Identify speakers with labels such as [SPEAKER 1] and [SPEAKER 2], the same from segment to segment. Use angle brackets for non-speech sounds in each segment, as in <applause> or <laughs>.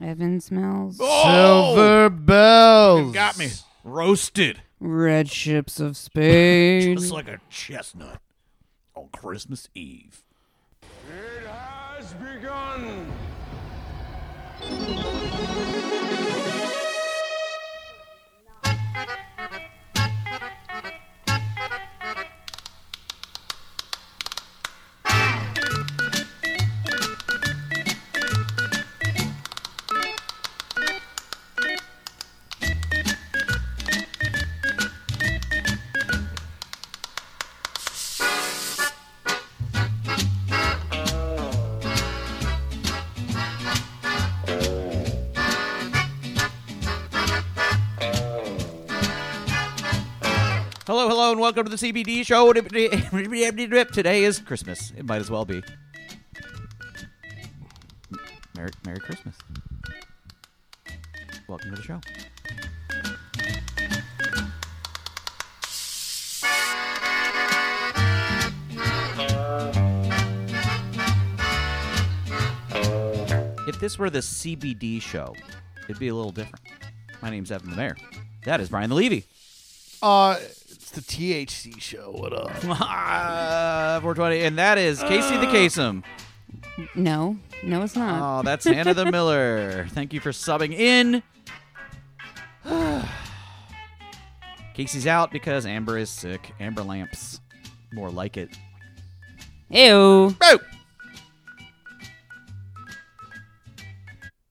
[SPEAKER 1] Evan smells.
[SPEAKER 2] Silver bells.
[SPEAKER 3] Got me roasted,
[SPEAKER 1] Red ships of
[SPEAKER 4] <laughs>
[SPEAKER 1] Spain.
[SPEAKER 3] just like a chestnut on Christmas Eve.
[SPEAKER 5] It has begun.
[SPEAKER 4] Hello, hello, and welcome to the CBD show. <laughs> Today is Christmas. It might as well be. Merry, Merry Christmas. Welcome to the show. If this were the CBD show, it'd be a little different. My name's Evan the Mayor. That is Brian the Levy.
[SPEAKER 2] Uh, it's the THC show. What up?
[SPEAKER 4] Ah, 420, and that is Casey the Kasem.
[SPEAKER 1] no, no, it's not.
[SPEAKER 4] Oh, that's Hannah the Miller. Thank you for subbing in. <sighs> Casey's out because Amber is sick. Amber lamps, more like it.
[SPEAKER 1] Ew.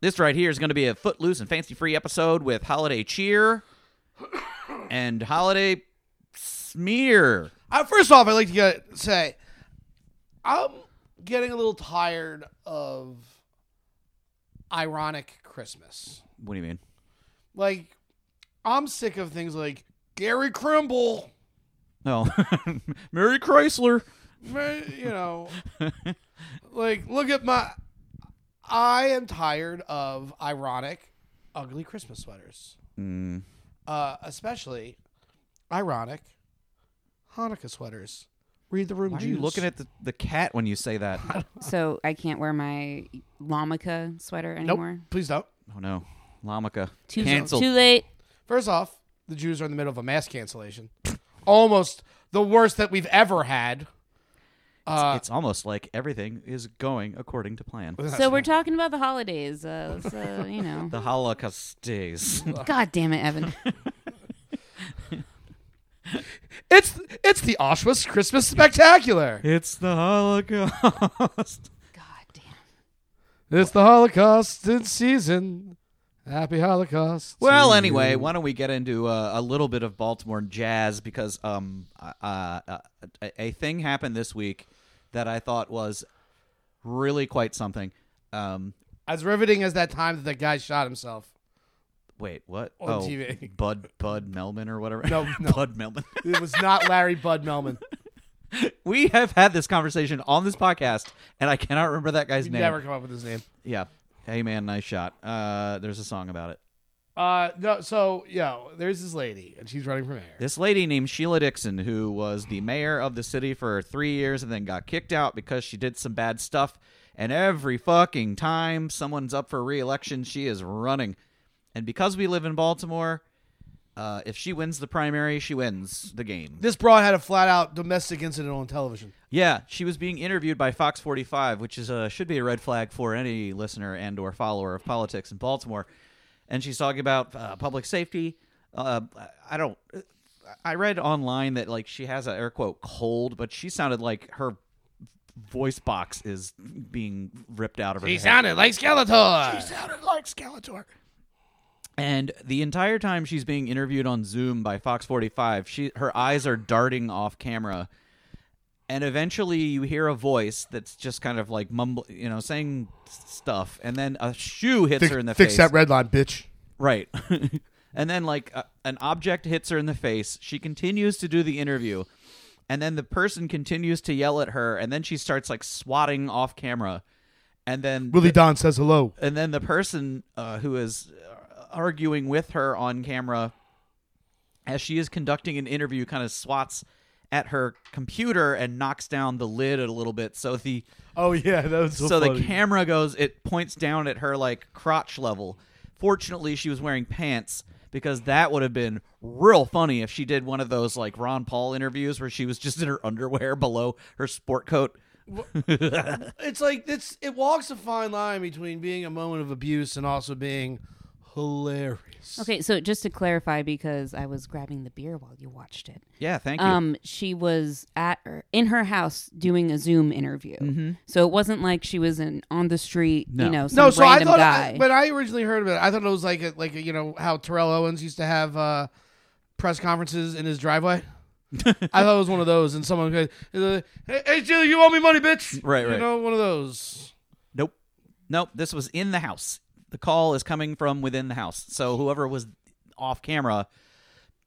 [SPEAKER 4] This right here is going to be a footloose and fancy free episode with holiday cheer <coughs> and holiday smear.
[SPEAKER 2] Uh, first off, I'd like to get, say, I'm getting a little tired of ironic Christmas.
[SPEAKER 4] What do you mean?
[SPEAKER 2] Like, I'm sick of things like Gary Crimble,
[SPEAKER 4] <laughs> No, Mary Oh, Chrysler. <laughs>
[SPEAKER 2] you know, like, look at my. I am tired of ironic, ugly Christmas sweaters.
[SPEAKER 4] Mm.
[SPEAKER 2] Uh, especially ironic Hanukkah sweaters. Read the room.
[SPEAKER 4] Why are you
[SPEAKER 2] Jews.
[SPEAKER 4] looking at the, the cat when you say
[SPEAKER 2] <laughs>
[SPEAKER 4] that?
[SPEAKER 1] So I can't wear my Lamica sweater
[SPEAKER 2] Nope.
[SPEAKER 1] anymore.
[SPEAKER 2] Please don't.
[SPEAKER 4] Oh no, Lamaka
[SPEAKER 1] Too,
[SPEAKER 4] canceled.
[SPEAKER 1] too late.
[SPEAKER 2] First off, the Jews are in the middle of a mass cancellation. Almost the worst that we've ever had. Uh,
[SPEAKER 4] it's almost like everything is going according to plan.
[SPEAKER 1] So we're talking about the holidays. Uh, so you
[SPEAKER 4] <laughs>
[SPEAKER 1] know.
[SPEAKER 4] The Holocaust
[SPEAKER 2] <laughs>
[SPEAKER 4] days.
[SPEAKER 1] God damn it, Evan.
[SPEAKER 2] it's it's the Auschwitz Christmas Spectacular.
[SPEAKER 4] it's the
[SPEAKER 2] <laughs>
[SPEAKER 4] Holocaust.
[SPEAKER 1] God damn.
[SPEAKER 2] It's the Holocaust in season. Happy Holocaust.
[SPEAKER 4] Well,
[SPEAKER 2] to
[SPEAKER 4] anyway,
[SPEAKER 2] you.
[SPEAKER 4] why don't we get into uh, a little bit of Baltimore jazz because um, uh, uh, a, a thing happened this week that I thought was really quite something. Um,
[SPEAKER 2] as riveting as that time that the guy shot himself.
[SPEAKER 4] wait, what?
[SPEAKER 2] On
[SPEAKER 4] oh,
[SPEAKER 2] TV.
[SPEAKER 4] Bud Bud Melman or whatever.
[SPEAKER 2] No,
[SPEAKER 4] <laughs>
[SPEAKER 2] no.
[SPEAKER 4] Bud
[SPEAKER 2] <laughs>
[SPEAKER 4] Melman.
[SPEAKER 2] It was
[SPEAKER 4] <laughs>
[SPEAKER 2] not Larry Bud Melman.
[SPEAKER 4] we have had this conversation on this podcast, and I cannot remember that guy's
[SPEAKER 2] You
[SPEAKER 4] name.
[SPEAKER 2] never come up with his name.
[SPEAKER 4] Yeah. Hey man, nice shot. Uh, there's a song about it.
[SPEAKER 2] Uh, no. So yeah, there's this lady, and she's running for mayor.
[SPEAKER 4] This lady named Sheila Dixon, who was the mayor of the city for three years and then got kicked out because she did some bad stuff. And every fucking time someone's up for reelection, she is running. And because we live in Baltimore, uh, if she wins the primary, she wins the game.
[SPEAKER 2] This broad had a flat out domestic incident on television.
[SPEAKER 4] Yeah, she was being interviewed by Fox 45, which is a should be a red flag for any listener and or follower of politics in Baltimore. And she's talking about uh, public safety. Uh, I don't. I read online that like she has a air quote cold, but she sounded like her voice box is being ripped out of her.
[SPEAKER 2] He
[SPEAKER 4] head.
[SPEAKER 2] sounded like
[SPEAKER 4] Uh,
[SPEAKER 2] Skeletor.
[SPEAKER 4] sounded like Skeletor. And the entire time she's being interviewed on Zoom by Fox 45, she her eyes are darting off camera. And eventually you hear a voice that's just kind of like mumble, you know, saying s- stuff and then a shoe hits her in the face.
[SPEAKER 2] red line, bitch.
[SPEAKER 4] Right. <laughs> and then like a, an object hits her in the face. She continues to do the interview. And then the person continues to yell at her and then she starts like swatting off camera. And then
[SPEAKER 2] Don says hello.
[SPEAKER 4] and then the person uh, who is uh, arguing with her on camera as she is conducting an interview kind of swats at her computer and knocks down the lid a little bit so the
[SPEAKER 6] Oh yeah, that was so,
[SPEAKER 4] so the
[SPEAKER 6] funny.
[SPEAKER 4] camera goes it points down at her like crotch level fortunately she was wearing pants because that would have been real funny if she did one of those like ron paul interviews where she was just in her underwear below her sport coat
[SPEAKER 2] It's like it's it walks a fine line between being a moment of abuse and also being hilarious.
[SPEAKER 1] Okay, so just to clarify, because I was grabbing the beer while you watched it.
[SPEAKER 4] yeah thank you
[SPEAKER 1] Um, she was at her, in her house doing a Zoom interview, so it wasn't like she was in on the street,
[SPEAKER 4] No.
[SPEAKER 1] you know, some
[SPEAKER 2] Mm-hmm. No, so I
[SPEAKER 1] random
[SPEAKER 2] thought
[SPEAKER 1] guy.
[SPEAKER 2] I, when I originally heard of it, I thought it was like a, like a, you know how Terrell Owens used to have uh, press conferences in his driveway.
[SPEAKER 4] <laughs>
[SPEAKER 2] I thought it was one of those, and someone goes, "Hey, hey Jill, you owe me money, bitch!"
[SPEAKER 4] Right,
[SPEAKER 2] you
[SPEAKER 4] right.
[SPEAKER 2] know, one of those.
[SPEAKER 4] Nope. Nope. This was in the house. The call is coming from within the house. So whoever was off camera,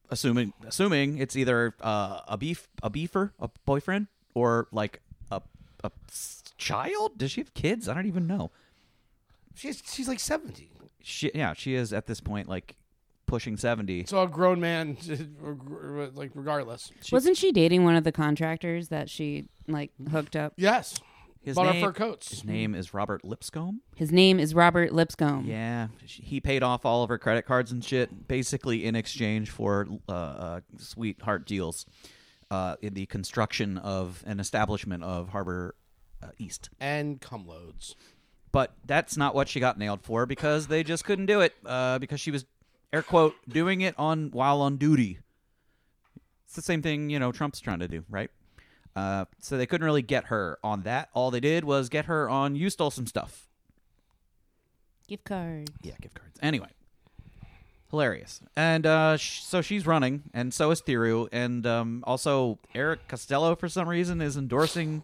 [SPEAKER 4] assuming assuming it's either uh, a beef a beefer, a boyfriend, or like a a s- child. Does she have kids? I don't even know.
[SPEAKER 2] She's she's like seventy,
[SPEAKER 4] She yeah, she is at this point like pushing seventy.
[SPEAKER 2] so a grown man, <laughs> like regardless.
[SPEAKER 1] wasn't she dating one of the contractors that she like hooked up?
[SPEAKER 2] Yes,
[SPEAKER 4] His
[SPEAKER 2] bought
[SPEAKER 4] name-
[SPEAKER 2] her fur coats.
[SPEAKER 4] His name is Robert Lipscomb.
[SPEAKER 1] His name is Robert Lipscomb.
[SPEAKER 4] Yeah, sh- he paid off all of her credit cards and shit, basically in exchange for uh, uh, sweetheart deals uh, in the construction of an establishment of Harbor uh, East.
[SPEAKER 2] And cum loads.
[SPEAKER 4] But that's not what she got nailed for because they just couldn't do it uh, because she was air quote doing it on while on duty. It's the same thing you know Trump's trying to do, right? Uh, so they couldn't really get her on that. All they did was get her on you stole some stuff
[SPEAKER 1] Gift card.
[SPEAKER 4] yeah, gift cards. Anyway, hilarious. And uh, sh- so she's running, and so is Thiru, and um, also Eric Costello for some reason is endorsing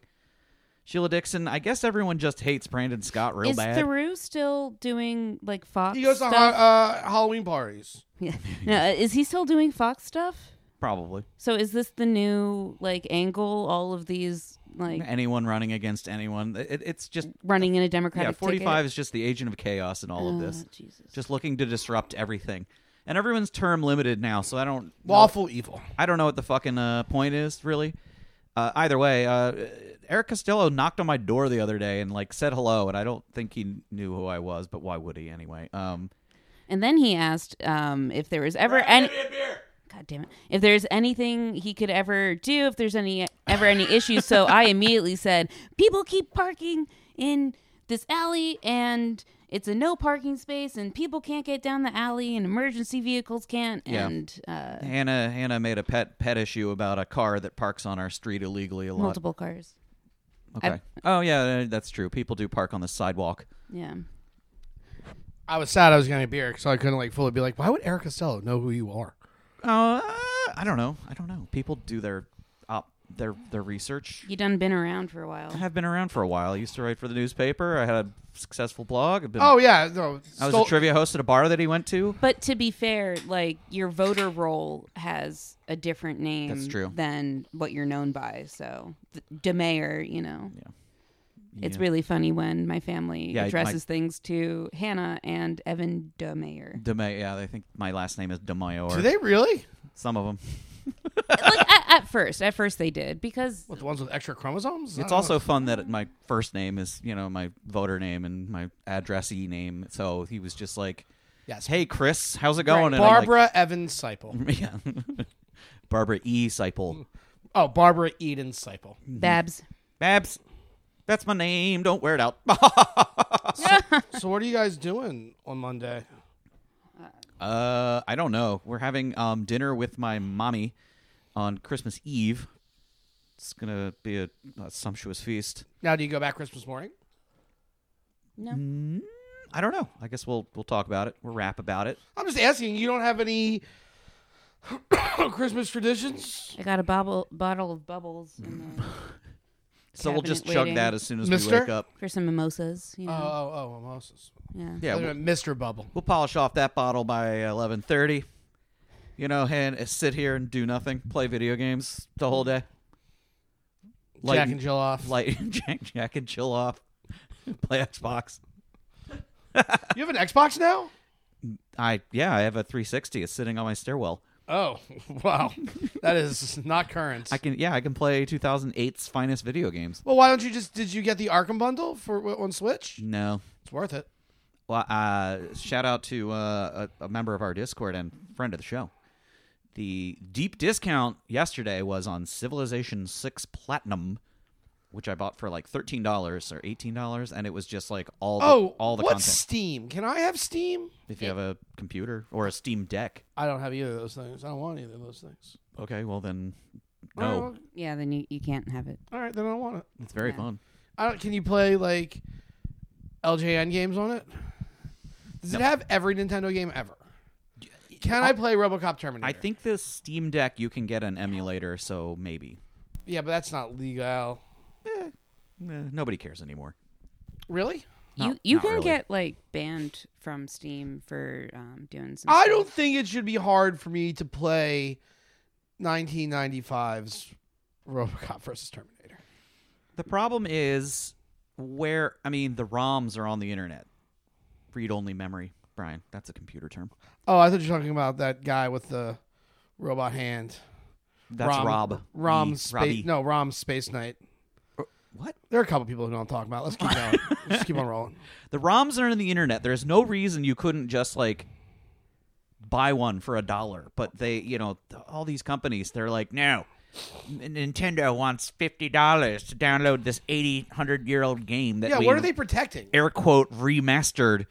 [SPEAKER 4] Sheila Dixon. I guess everyone just hates Brandon Scott real
[SPEAKER 1] is
[SPEAKER 4] bad.
[SPEAKER 1] Theroux still doing like Fox?
[SPEAKER 2] He goes to
[SPEAKER 1] stuff?
[SPEAKER 2] ha- uh, Halloween parties. <laughs>
[SPEAKER 1] Yeah. No, uh, is he still doing Fox stuff?
[SPEAKER 4] Probably
[SPEAKER 1] So is this the new like angle? All of these like
[SPEAKER 4] anyone running against anyone. It- it's just
[SPEAKER 1] running in a
[SPEAKER 4] yeah.
[SPEAKER 1] Democratic.
[SPEAKER 4] Forty
[SPEAKER 1] ticket?
[SPEAKER 4] five is just the agent of chaos in all of this.
[SPEAKER 1] Oh, Jesus.
[SPEAKER 4] Just looking to disrupt everything. And everyone's term limited now, so I don't know-
[SPEAKER 2] Lawful evil.
[SPEAKER 4] I don't know what the fucking uh, point is, really. Uh, either way, uh, Eric Costello knocked on my door the other day and like said hello, and I don't think he knew who I was, but why would he anyway? Um,
[SPEAKER 1] And then he asked um, if there was ever any. God damn it! If there's anything he could ever do, if there's any ever any issues, so I immediately said, "People keep parking in this alley, and it's a no parking space, and people can't get down the alley, and emergency vehicles can't."
[SPEAKER 4] Yeah.
[SPEAKER 1] And uh,
[SPEAKER 4] Hannah Hannah made a pet pet issue about a car that parks on our street illegally a lot.
[SPEAKER 1] multiple cars.
[SPEAKER 4] okay. oh yeah, that's true. People do park on the sidewalk.
[SPEAKER 1] Yeah.
[SPEAKER 2] I was sad I was gonna be Eric, so I couldn't like fully be like, why would Eric Costello know who you are?
[SPEAKER 4] Uh, I don't know. I don't know. People do their op, their their research.
[SPEAKER 1] You done been around for a while.
[SPEAKER 4] I have been around for a while. I used to write for the newspaper. I had a successful blog. I've been,
[SPEAKER 2] Oh yeah, no.
[SPEAKER 4] I was
[SPEAKER 2] stole-
[SPEAKER 4] a trivia host at a bar that he went to.
[SPEAKER 1] But to be fair, like your voter roll has a different name
[SPEAKER 4] That's true.
[SPEAKER 1] than what you're known by. So th- DeMayer, you know. It's really funny when my family
[SPEAKER 4] Yeah, I-
[SPEAKER 1] addresses things to Hannah and Evan DeMayer.
[SPEAKER 4] DeMayo. Yeah, I think my last name is DeMayo. Or
[SPEAKER 2] Do they really?
[SPEAKER 4] Some of them.
[SPEAKER 1] like at, at first, at first they did because
[SPEAKER 2] What the ones with extra chromosomes?
[SPEAKER 4] It's also fun that my first name is, you know, my voter name and my addressee name. So he was just like,
[SPEAKER 2] Yes.
[SPEAKER 4] "Hey, Chris, how's it going?" And I'm like-
[SPEAKER 2] Barbara Evans
[SPEAKER 4] <laughs>
[SPEAKER 2] Seipel.
[SPEAKER 4] yeah. <laughs> Barbara E. Seipel.
[SPEAKER 2] Oh, Barbara Eden
[SPEAKER 4] <laughs>
[SPEAKER 2] Seipel.
[SPEAKER 1] Babs.
[SPEAKER 4] Babs, that's my name. Don't wear it out. <laughs>
[SPEAKER 2] so what are you guys doing on Monday?
[SPEAKER 4] uh, I don't know. We're having um, dinner with my mommy on Christmas Eve. It's gonna be a, a sumptuous feast.
[SPEAKER 2] Now, do you go back Christmas morning?
[SPEAKER 4] Mm.
[SPEAKER 1] No.
[SPEAKER 4] I don't know. I guess we'll we'll talk about it. We'll rap about it.
[SPEAKER 2] I'm just asking. You don't have any <coughs> Christmas traditions,
[SPEAKER 1] I got a bobble, bottle of bubbles in the,
[SPEAKER 4] So we'll just
[SPEAKER 1] Cabinet
[SPEAKER 4] chug
[SPEAKER 1] waiting.
[SPEAKER 4] that as soon as we
[SPEAKER 2] Mister?
[SPEAKER 4] wake up.
[SPEAKER 1] for some mimosas, you know.
[SPEAKER 2] Oh, oh, oh, mimosas.
[SPEAKER 1] yeah.
[SPEAKER 4] Mm-hmm. Yeah,
[SPEAKER 2] Look
[SPEAKER 4] we'll,
[SPEAKER 2] at Mr. Bubble.
[SPEAKER 4] we'll polish off that bottle by eleven thirty. You know, and sit here and do nothing, play video games the whole day. Light,
[SPEAKER 2] Jack and Jill off.
[SPEAKER 4] light, Jack, Jack and <laughs> chill off, <laughs> play Xbox.
[SPEAKER 2] You have an Xbox now?
[SPEAKER 4] I yeah, I have a 360. It's sitting on my stairwell.
[SPEAKER 2] Oh, <laughs> wow. that is not current.
[SPEAKER 4] I can, yeah, I can play 2008's finest video games.
[SPEAKER 2] well, why don't you just did you get the Arkham bundle for on Switch?
[SPEAKER 4] No,
[SPEAKER 2] It's worth it.
[SPEAKER 4] well, uh, shout out to uh, a, a member of our Discord and friend of the show. The deep discount yesterday was on Civilization Six Platinum, which I bought for like thirteen dollars or eighteen dollars, and it was just like all the,
[SPEAKER 2] Oh,
[SPEAKER 4] all the
[SPEAKER 2] what's
[SPEAKER 4] content.
[SPEAKER 2] Steam? Can I have Steam?
[SPEAKER 4] If you have a computer or a Steam Deck,
[SPEAKER 2] I don't have either of those things. I don't want either of those things.
[SPEAKER 4] okay, well then,
[SPEAKER 2] I
[SPEAKER 4] no,
[SPEAKER 2] don't-
[SPEAKER 1] Yeah, then you, you can't have it.
[SPEAKER 2] all right, then I don't want it.
[SPEAKER 4] it's very
[SPEAKER 1] Yeah.
[SPEAKER 4] fun.
[SPEAKER 2] I don't, can you play like LJN games on it? Does it have every Nintendo game ever? Can I, play RoboCop Terminator?
[SPEAKER 4] I think this Steam Deck you can get an emulator, so maybe
[SPEAKER 2] Yeah, but that's not legal.
[SPEAKER 4] Eh, nobody cares anymore.
[SPEAKER 2] Really?
[SPEAKER 4] Not-
[SPEAKER 1] you you
[SPEAKER 4] not
[SPEAKER 1] can
[SPEAKER 4] really.
[SPEAKER 1] get like banned from Steam for um, doing some.
[SPEAKER 2] I
[SPEAKER 1] stuff.
[SPEAKER 2] don't think it should be hard for me to play 1995's RoboCop versus Terminator.
[SPEAKER 4] The problem is where I mean the ROMs are on the internet. Read only memory, Brian. That's a computer term.
[SPEAKER 2] Oh, I thought you were talking about that guy with the robot hand.
[SPEAKER 4] That's
[SPEAKER 2] Rom,
[SPEAKER 4] Rob.
[SPEAKER 2] Rom
[SPEAKER 4] E.
[SPEAKER 2] space.
[SPEAKER 4] Robbie.
[SPEAKER 2] No, Rom Space Knight.
[SPEAKER 4] What?
[SPEAKER 2] There are a couple people who know what I'm talking about. Let's
[SPEAKER 4] <laughs>
[SPEAKER 2] keep going. Let's keep on rolling.
[SPEAKER 4] The ROMs are on the internet. There's no reason you couldn't just like buy one for a dollar. But they, you know, th- all these companies, they're like, no, N- Nintendo wants fifty dollars to download this eighty hundred year old game that
[SPEAKER 2] Yeah,
[SPEAKER 4] we
[SPEAKER 2] what are they protecting?
[SPEAKER 4] air quote remastered.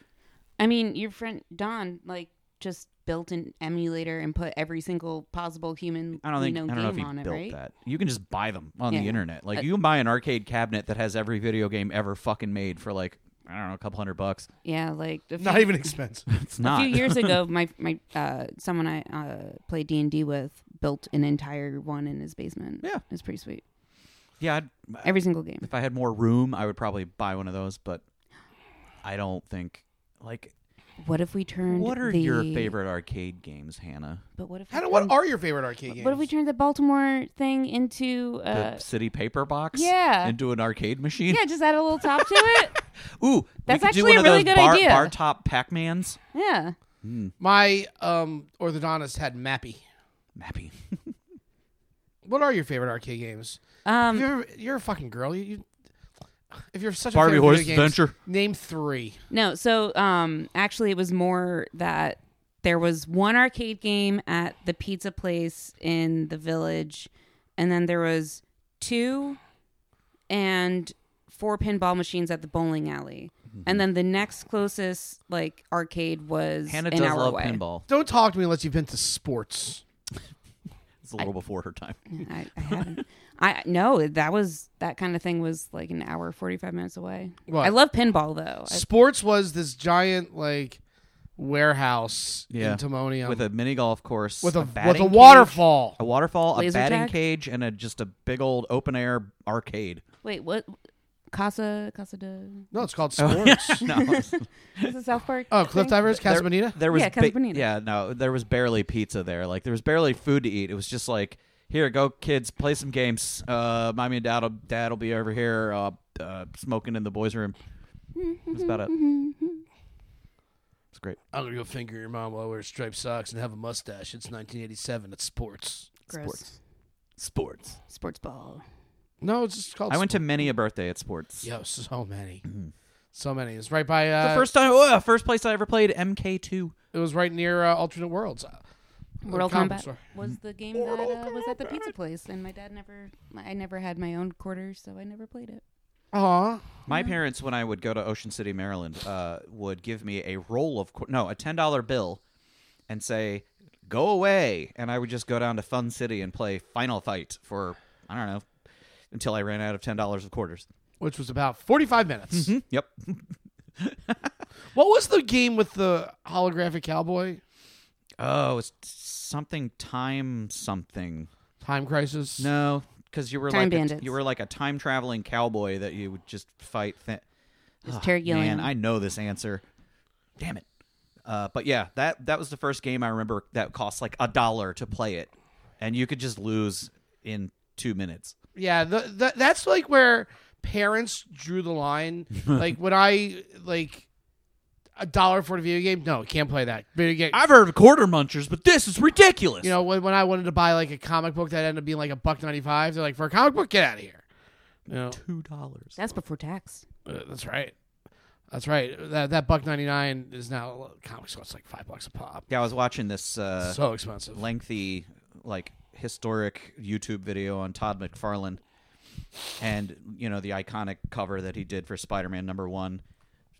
[SPEAKER 1] I mean, your friend Don like just built an emulator and put every single possible human
[SPEAKER 4] I don't think
[SPEAKER 1] you know,
[SPEAKER 4] I don't know if
[SPEAKER 1] game
[SPEAKER 4] he
[SPEAKER 1] on
[SPEAKER 4] built
[SPEAKER 1] it, right?
[SPEAKER 4] that. You can just buy them on the
[SPEAKER 1] Yeah. Uh,
[SPEAKER 4] internet. Like you can buy an arcade cabinet that has every video game ever fucking made for like I don't know a couple hundred bucks.
[SPEAKER 1] Yeah, like a few,
[SPEAKER 2] <laughs> Not even expensive.
[SPEAKER 1] <laughs>
[SPEAKER 4] It's
[SPEAKER 1] a
[SPEAKER 4] not.
[SPEAKER 1] few years
[SPEAKER 4] <laughs>
[SPEAKER 1] ago, my my uh, someone I uh, played D and D with built an entire one in his basement.
[SPEAKER 4] Yeah.
[SPEAKER 1] it's pretty sweet.
[SPEAKER 4] yeah, I'd,
[SPEAKER 1] Every single game.
[SPEAKER 4] if I had more room, I would probably buy one of those. But I don't think like.
[SPEAKER 1] What if we turned?
[SPEAKER 4] What are
[SPEAKER 1] the-
[SPEAKER 4] your favorite arcade games, Hannah?
[SPEAKER 1] But what if?
[SPEAKER 2] How
[SPEAKER 1] we
[SPEAKER 2] do, what
[SPEAKER 1] turned-
[SPEAKER 2] are your favorite arcade games?
[SPEAKER 1] What if we turned the Baltimore thing into?
[SPEAKER 4] The
[SPEAKER 1] Uh,
[SPEAKER 4] city paper box,
[SPEAKER 1] yeah.
[SPEAKER 4] into an arcade machine.
[SPEAKER 1] yeah, just add a little top to it.
[SPEAKER 4] <laughs> Ooh,
[SPEAKER 1] That's
[SPEAKER 4] we could do
[SPEAKER 1] actually
[SPEAKER 4] one
[SPEAKER 1] a
[SPEAKER 4] of
[SPEAKER 1] really
[SPEAKER 4] those
[SPEAKER 1] good
[SPEAKER 4] bar,
[SPEAKER 1] idea.
[SPEAKER 4] Bar top Pac-Mans,
[SPEAKER 1] Yeah.
[SPEAKER 2] My um, orthodontist had Mappy.
[SPEAKER 4] Mappy.
[SPEAKER 2] What are your favorite arcade games? If
[SPEAKER 1] Um,
[SPEAKER 2] You're, you're a fucking girl. You, you if you're such a
[SPEAKER 4] Barbie
[SPEAKER 2] fan of
[SPEAKER 4] Horse
[SPEAKER 2] video games,
[SPEAKER 4] Adventure.
[SPEAKER 2] name three.
[SPEAKER 1] no, so um, actually, it was more that there was one arcade game at the pizza place in the village, and then there was two and four pinball machines at the bowling alley, and then the next closest like arcade was
[SPEAKER 4] Hannah
[SPEAKER 1] an
[SPEAKER 4] does
[SPEAKER 1] hour
[SPEAKER 4] love
[SPEAKER 1] away.
[SPEAKER 4] pinball.
[SPEAKER 2] Don't talk to me unless you've been to sports.
[SPEAKER 4] It's a little before her time.
[SPEAKER 1] I, I haven't. I no, that was that kind of thing was like an hour forty five minutes away.
[SPEAKER 2] What?
[SPEAKER 1] I love pinball though. I-
[SPEAKER 2] Sports was this giant like warehouse
[SPEAKER 4] Yeah.
[SPEAKER 2] in Timonium
[SPEAKER 4] with a mini golf course,
[SPEAKER 2] with a, with
[SPEAKER 4] batting
[SPEAKER 2] a
[SPEAKER 4] cage,
[SPEAKER 2] waterfall.
[SPEAKER 4] a waterfall,
[SPEAKER 1] Laser
[SPEAKER 4] a batting
[SPEAKER 1] tag?
[SPEAKER 4] cage, and a just a big old open air arcade.
[SPEAKER 1] wait, what? Casa Casa de
[SPEAKER 2] No, it's
[SPEAKER 4] Oh. <laughs>
[SPEAKER 2] called sports.
[SPEAKER 4] No,
[SPEAKER 1] Is it South Park?
[SPEAKER 2] oh, Cliff Divers, Casa Bonita.
[SPEAKER 4] there was
[SPEAKER 1] Yeah,
[SPEAKER 4] ba-
[SPEAKER 1] Casaponita.
[SPEAKER 4] yeah, no, there was barely pizza there. Like there was barely food to eat. It was just like here, go kids, play some games. Uh, mommy and dad'll dad'll be over here uh, uh, smoking in the boys' room. That's about it.
[SPEAKER 1] Mm-hmm,
[SPEAKER 4] It's great.
[SPEAKER 2] I'm gonna go finger your mom while I wear striped socks and have a mustache. It's 1987. It's sports.
[SPEAKER 1] Gross.
[SPEAKER 4] Sports. Sports.
[SPEAKER 1] Sports ball.
[SPEAKER 2] No, it's just called.
[SPEAKER 4] I went Mm-hmm. to many a birthday at sports.
[SPEAKER 2] Yo, so many, so many. It's right by.
[SPEAKER 4] The
[SPEAKER 2] Uh,
[SPEAKER 4] first time, oh, first place I ever played MK2.
[SPEAKER 2] It was right near uh, Alternate Worlds. Uh,
[SPEAKER 1] Mortal
[SPEAKER 2] conference
[SPEAKER 1] Kombat was the game that uh, was at the pizza place, and my dad never. I never had my own quarter, so I never played it.
[SPEAKER 2] Aw.
[SPEAKER 4] My parents, when I would go to Ocean City, Maryland, uh, would give me a roll of qu- no, a ten dollar bill, and say, "Go away," and I would just go down to Fun City and play Final Fight for I don't know until I ran out of ten dollars of quarters.
[SPEAKER 2] Which was about 45 minutes.
[SPEAKER 4] Yep,
[SPEAKER 2] What was the game with the holographic cowboy?
[SPEAKER 4] oh, it's something time something.
[SPEAKER 2] Time Crisis?
[SPEAKER 4] No, because you were
[SPEAKER 1] Time
[SPEAKER 4] like a,
[SPEAKER 1] Bandits.
[SPEAKER 4] you were like a time traveling cowboy that you would just fight. Th-
[SPEAKER 1] It's
[SPEAKER 4] Ugh,
[SPEAKER 1] Terry Gilliam.
[SPEAKER 4] Ah, Man, I know this answer. Damn it. Uh, but yeah, that that was the first game I remember that cost like a dollar to play it, and you could just lose in two minutes.
[SPEAKER 2] Yeah, the, the,
[SPEAKER 4] <laughs>
[SPEAKER 2] that's like where parents drew the line. like when I like a dollar for the video game? No, can't play that. Video game.
[SPEAKER 4] I've heard of quarter munchers, but this is ridiculous.
[SPEAKER 2] you know, when, when I wanted to buy like a comic book that ended up being like a buck ninety five, they're like, for a comic book, get out of here. You know,
[SPEAKER 4] two dollars.
[SPEAKER 1] That's before tax.
[SPEAKER 2] Uh, that's right. That's right. That that buck ninety nine is now comics cost like five bucks a pop.
[SPEAKER 4] Yeah, I was watching this uh,
[SPEAKER 2] so expensive.
[SPEAKER 4] lengthy, like historic YouTube video on Todd McFarlane, and you know the iconic cover that he did for Spider-Man number one.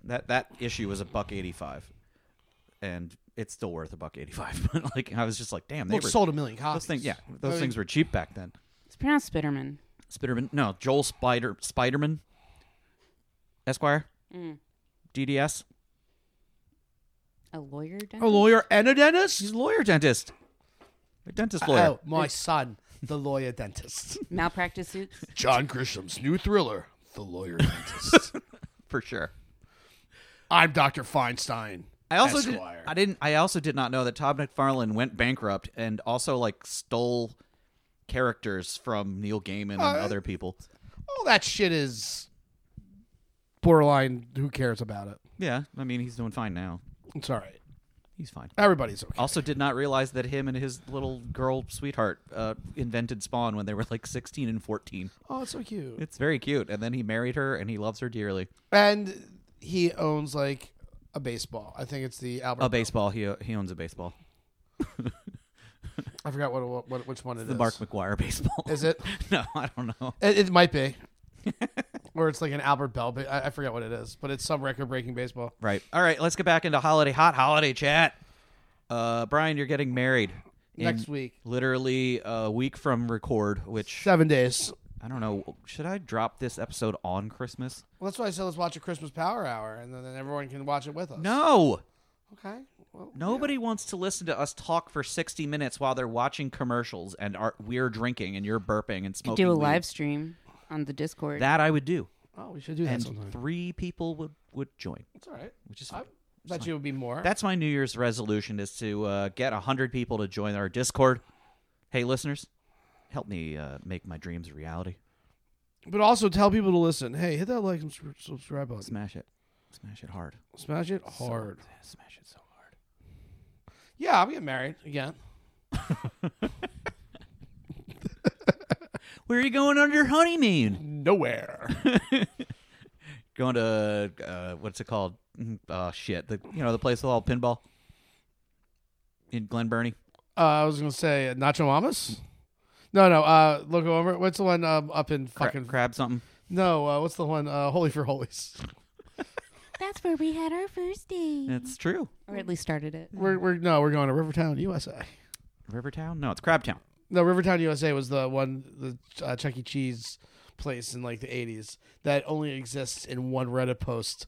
[SPEAKER 4] That that issue was a buck eighty-five, and it's still worth a buck eighty-five. <laughs> But like, I was just like, damn, they
[SPEAKER 2] Well,
[SPEAKER 4] were
[SPEAKER 2] it sold a million copies.
[SPEAKER 4] those things. Yeah,
[SPEAKER 2] I
[SPEAKER 4] those
[SPEAKER 2] mean,
[SPEAKER 4] things were cheap back then.
[SPEAKER 1] It's pronounced Spiderman.
[SPEAKER 4] Spiderman, no, Joel Spider Spiderman, Esquire, DDS,
[SPEAKER 1] A lawyer?
[SPEAKER 2] A
[SPEAKER 1] dentist?
[SPEAKER 2] lawyer and a dentist.
[SPEAKER 4] He's a lawyer dentist, a dentist lawyer.
[SPEAKER 2] Oh, my son, the lawyer dentist.
[SPEAKER 1] Malpractice
[SPEAKER 4] <laughs>
[SPEAKER 1] suits?
[SPEAKER 2] <laughs> John Grisham's new thriller, The Lawyer <laughs> Dentist.
[SPEAKER 4] for sure.
[SPEAKER 2] I'm Dr. Feinstein.
[SPEAKER 4] I also did,
[SPEAKER 2] Esquire.
[SPEAKER 4] I didn't I also did not know that Todd McFarlane went bankrupt and also like stole characters from Neil Gaiman
[SPEAKER 2] Uh,
[SPEAKER 4] and other people.
[SPEAKER 2] All that shit is borderline. Who cares about it?
[SPEAKER 4] Yeah, I mean he's doing fine now.
[SPEAKER 2] It's all right.
[SPEAKER 4] He's fine.
[SPEAKER 2] Everybody's okay.
[SPEAKER 4] Also did not realize that him and his little girl sweetheart uh, invented Spawn when they were like 16 and 14.
[SPEAKER 2] Oh, it's so cute.
[SPEAKER 4] It's very cute and then he married her and he loves her dearly.
[SPEAKER 2] and he owns like a baseball. I think it's the Albert.
[SPEAKER 4] A baseball he he owns a baseball.
[SPEAKER 2] I forgot what, what, what which one it is.
[SPEAKER 4] The Mark McGuire baseball.
[SPEAKER 2] Is it?
[SPEAKER 4] <laughs> no, I don't know.
[SPEAKER 2] It, it
[SPEAKER 4] <laughs>
[SPEAKER 2] might be. or it's like an Albert Bell. But I, I forget what it is. But it's some record-breaking baseball.
[SPEAKER 4] Right. All right, let's get back into holiday hot holiday chat. Uh Brian, you're getting married. in-
[SPEAKER 2] Next week,
[SPEAKER 4] literally a week from record, which
[SPEAKER 2] seven days.
[SPEAKER 4] I don't know. Should I drop this episode on Christmas?
[SPEAKER 2] Well, that's why I said let's watch a Christmas Power Hour, and then, then everyone can watch it with us.
[SPEAKER 4] No.
[SPEAKER 2] Okay. Well,
[SPEAKER 4] Nobody wants to listen to us talk for 60 minutes while they're watching commercials and are, we're drinking and you're burping and smoking.
[SPEAKER 1] Do a
[SPEAKER 4] weed.
[SPEAKER 1] live stream on the Discord.
[SPEAKER 4] That I would do.
[SPEAKER 2] oh, we should do that
[SPEAKER 4] And
[SPEAKER 2] sometime.
[SPEAKER 4] three people would, would join,
[SPEAKER 2] It's all right.
[SPEAKER 4] which is
[SPEAKER 2] I
[SPEAKER 4] fine.
[SPEAKER 2] bet you it would be more.
[SPEAKER 4] That's my New Year's resolution is to uh, get 100 people to join our Discord. Hey, listeners, help me uh, make my dreams a reality.
[SPEAKER 2] but also tell people to listen. Hey, hit that like and subscri- subscribe button.
[SPEAKER 4] Smash it. Smash it hard.
[SPEAKER 2] Smash it hard.
[SPEAKER 4] Smash it so hard.
[SPEAKER 2] Yeah, I'm getting married again.
[SPEAKER 4] Where are you going on your honeymoon?
[SPEAKER 2] Nowhere.
[SPEAKER 4] Going to uh, what's it called? Mm, Oh shit, the you know the place with all pinball in Glen Burnie.
[SPEAKER 2] <laughs> uh, I was gonna say uh, Nacho Mamas. No, no. Uh, look over. What's the one um, up in
[SPEAKER 4] Cra-
[SPEAKER 2] fucking?
[SPEAKER 4] crab something.
[SPEAKER 2] no, uh, what's the one? Uh, Holy for Holies.
[SPEAKER 1] That's where we had our first date.
[SPEAKER 4] It's true.
[SPEAKER 1] Or at least started it.
[SPEAKER 2] We're we're no, we're going to Rivertown, USA.
[SPEAKER 4] Rivertown? No, it's Crabtown.
[SPEAKER 2] No, Rivertown, USA was the one the uh, Chuck E. Cheese place in like the '80s that only exists in one Reddit post,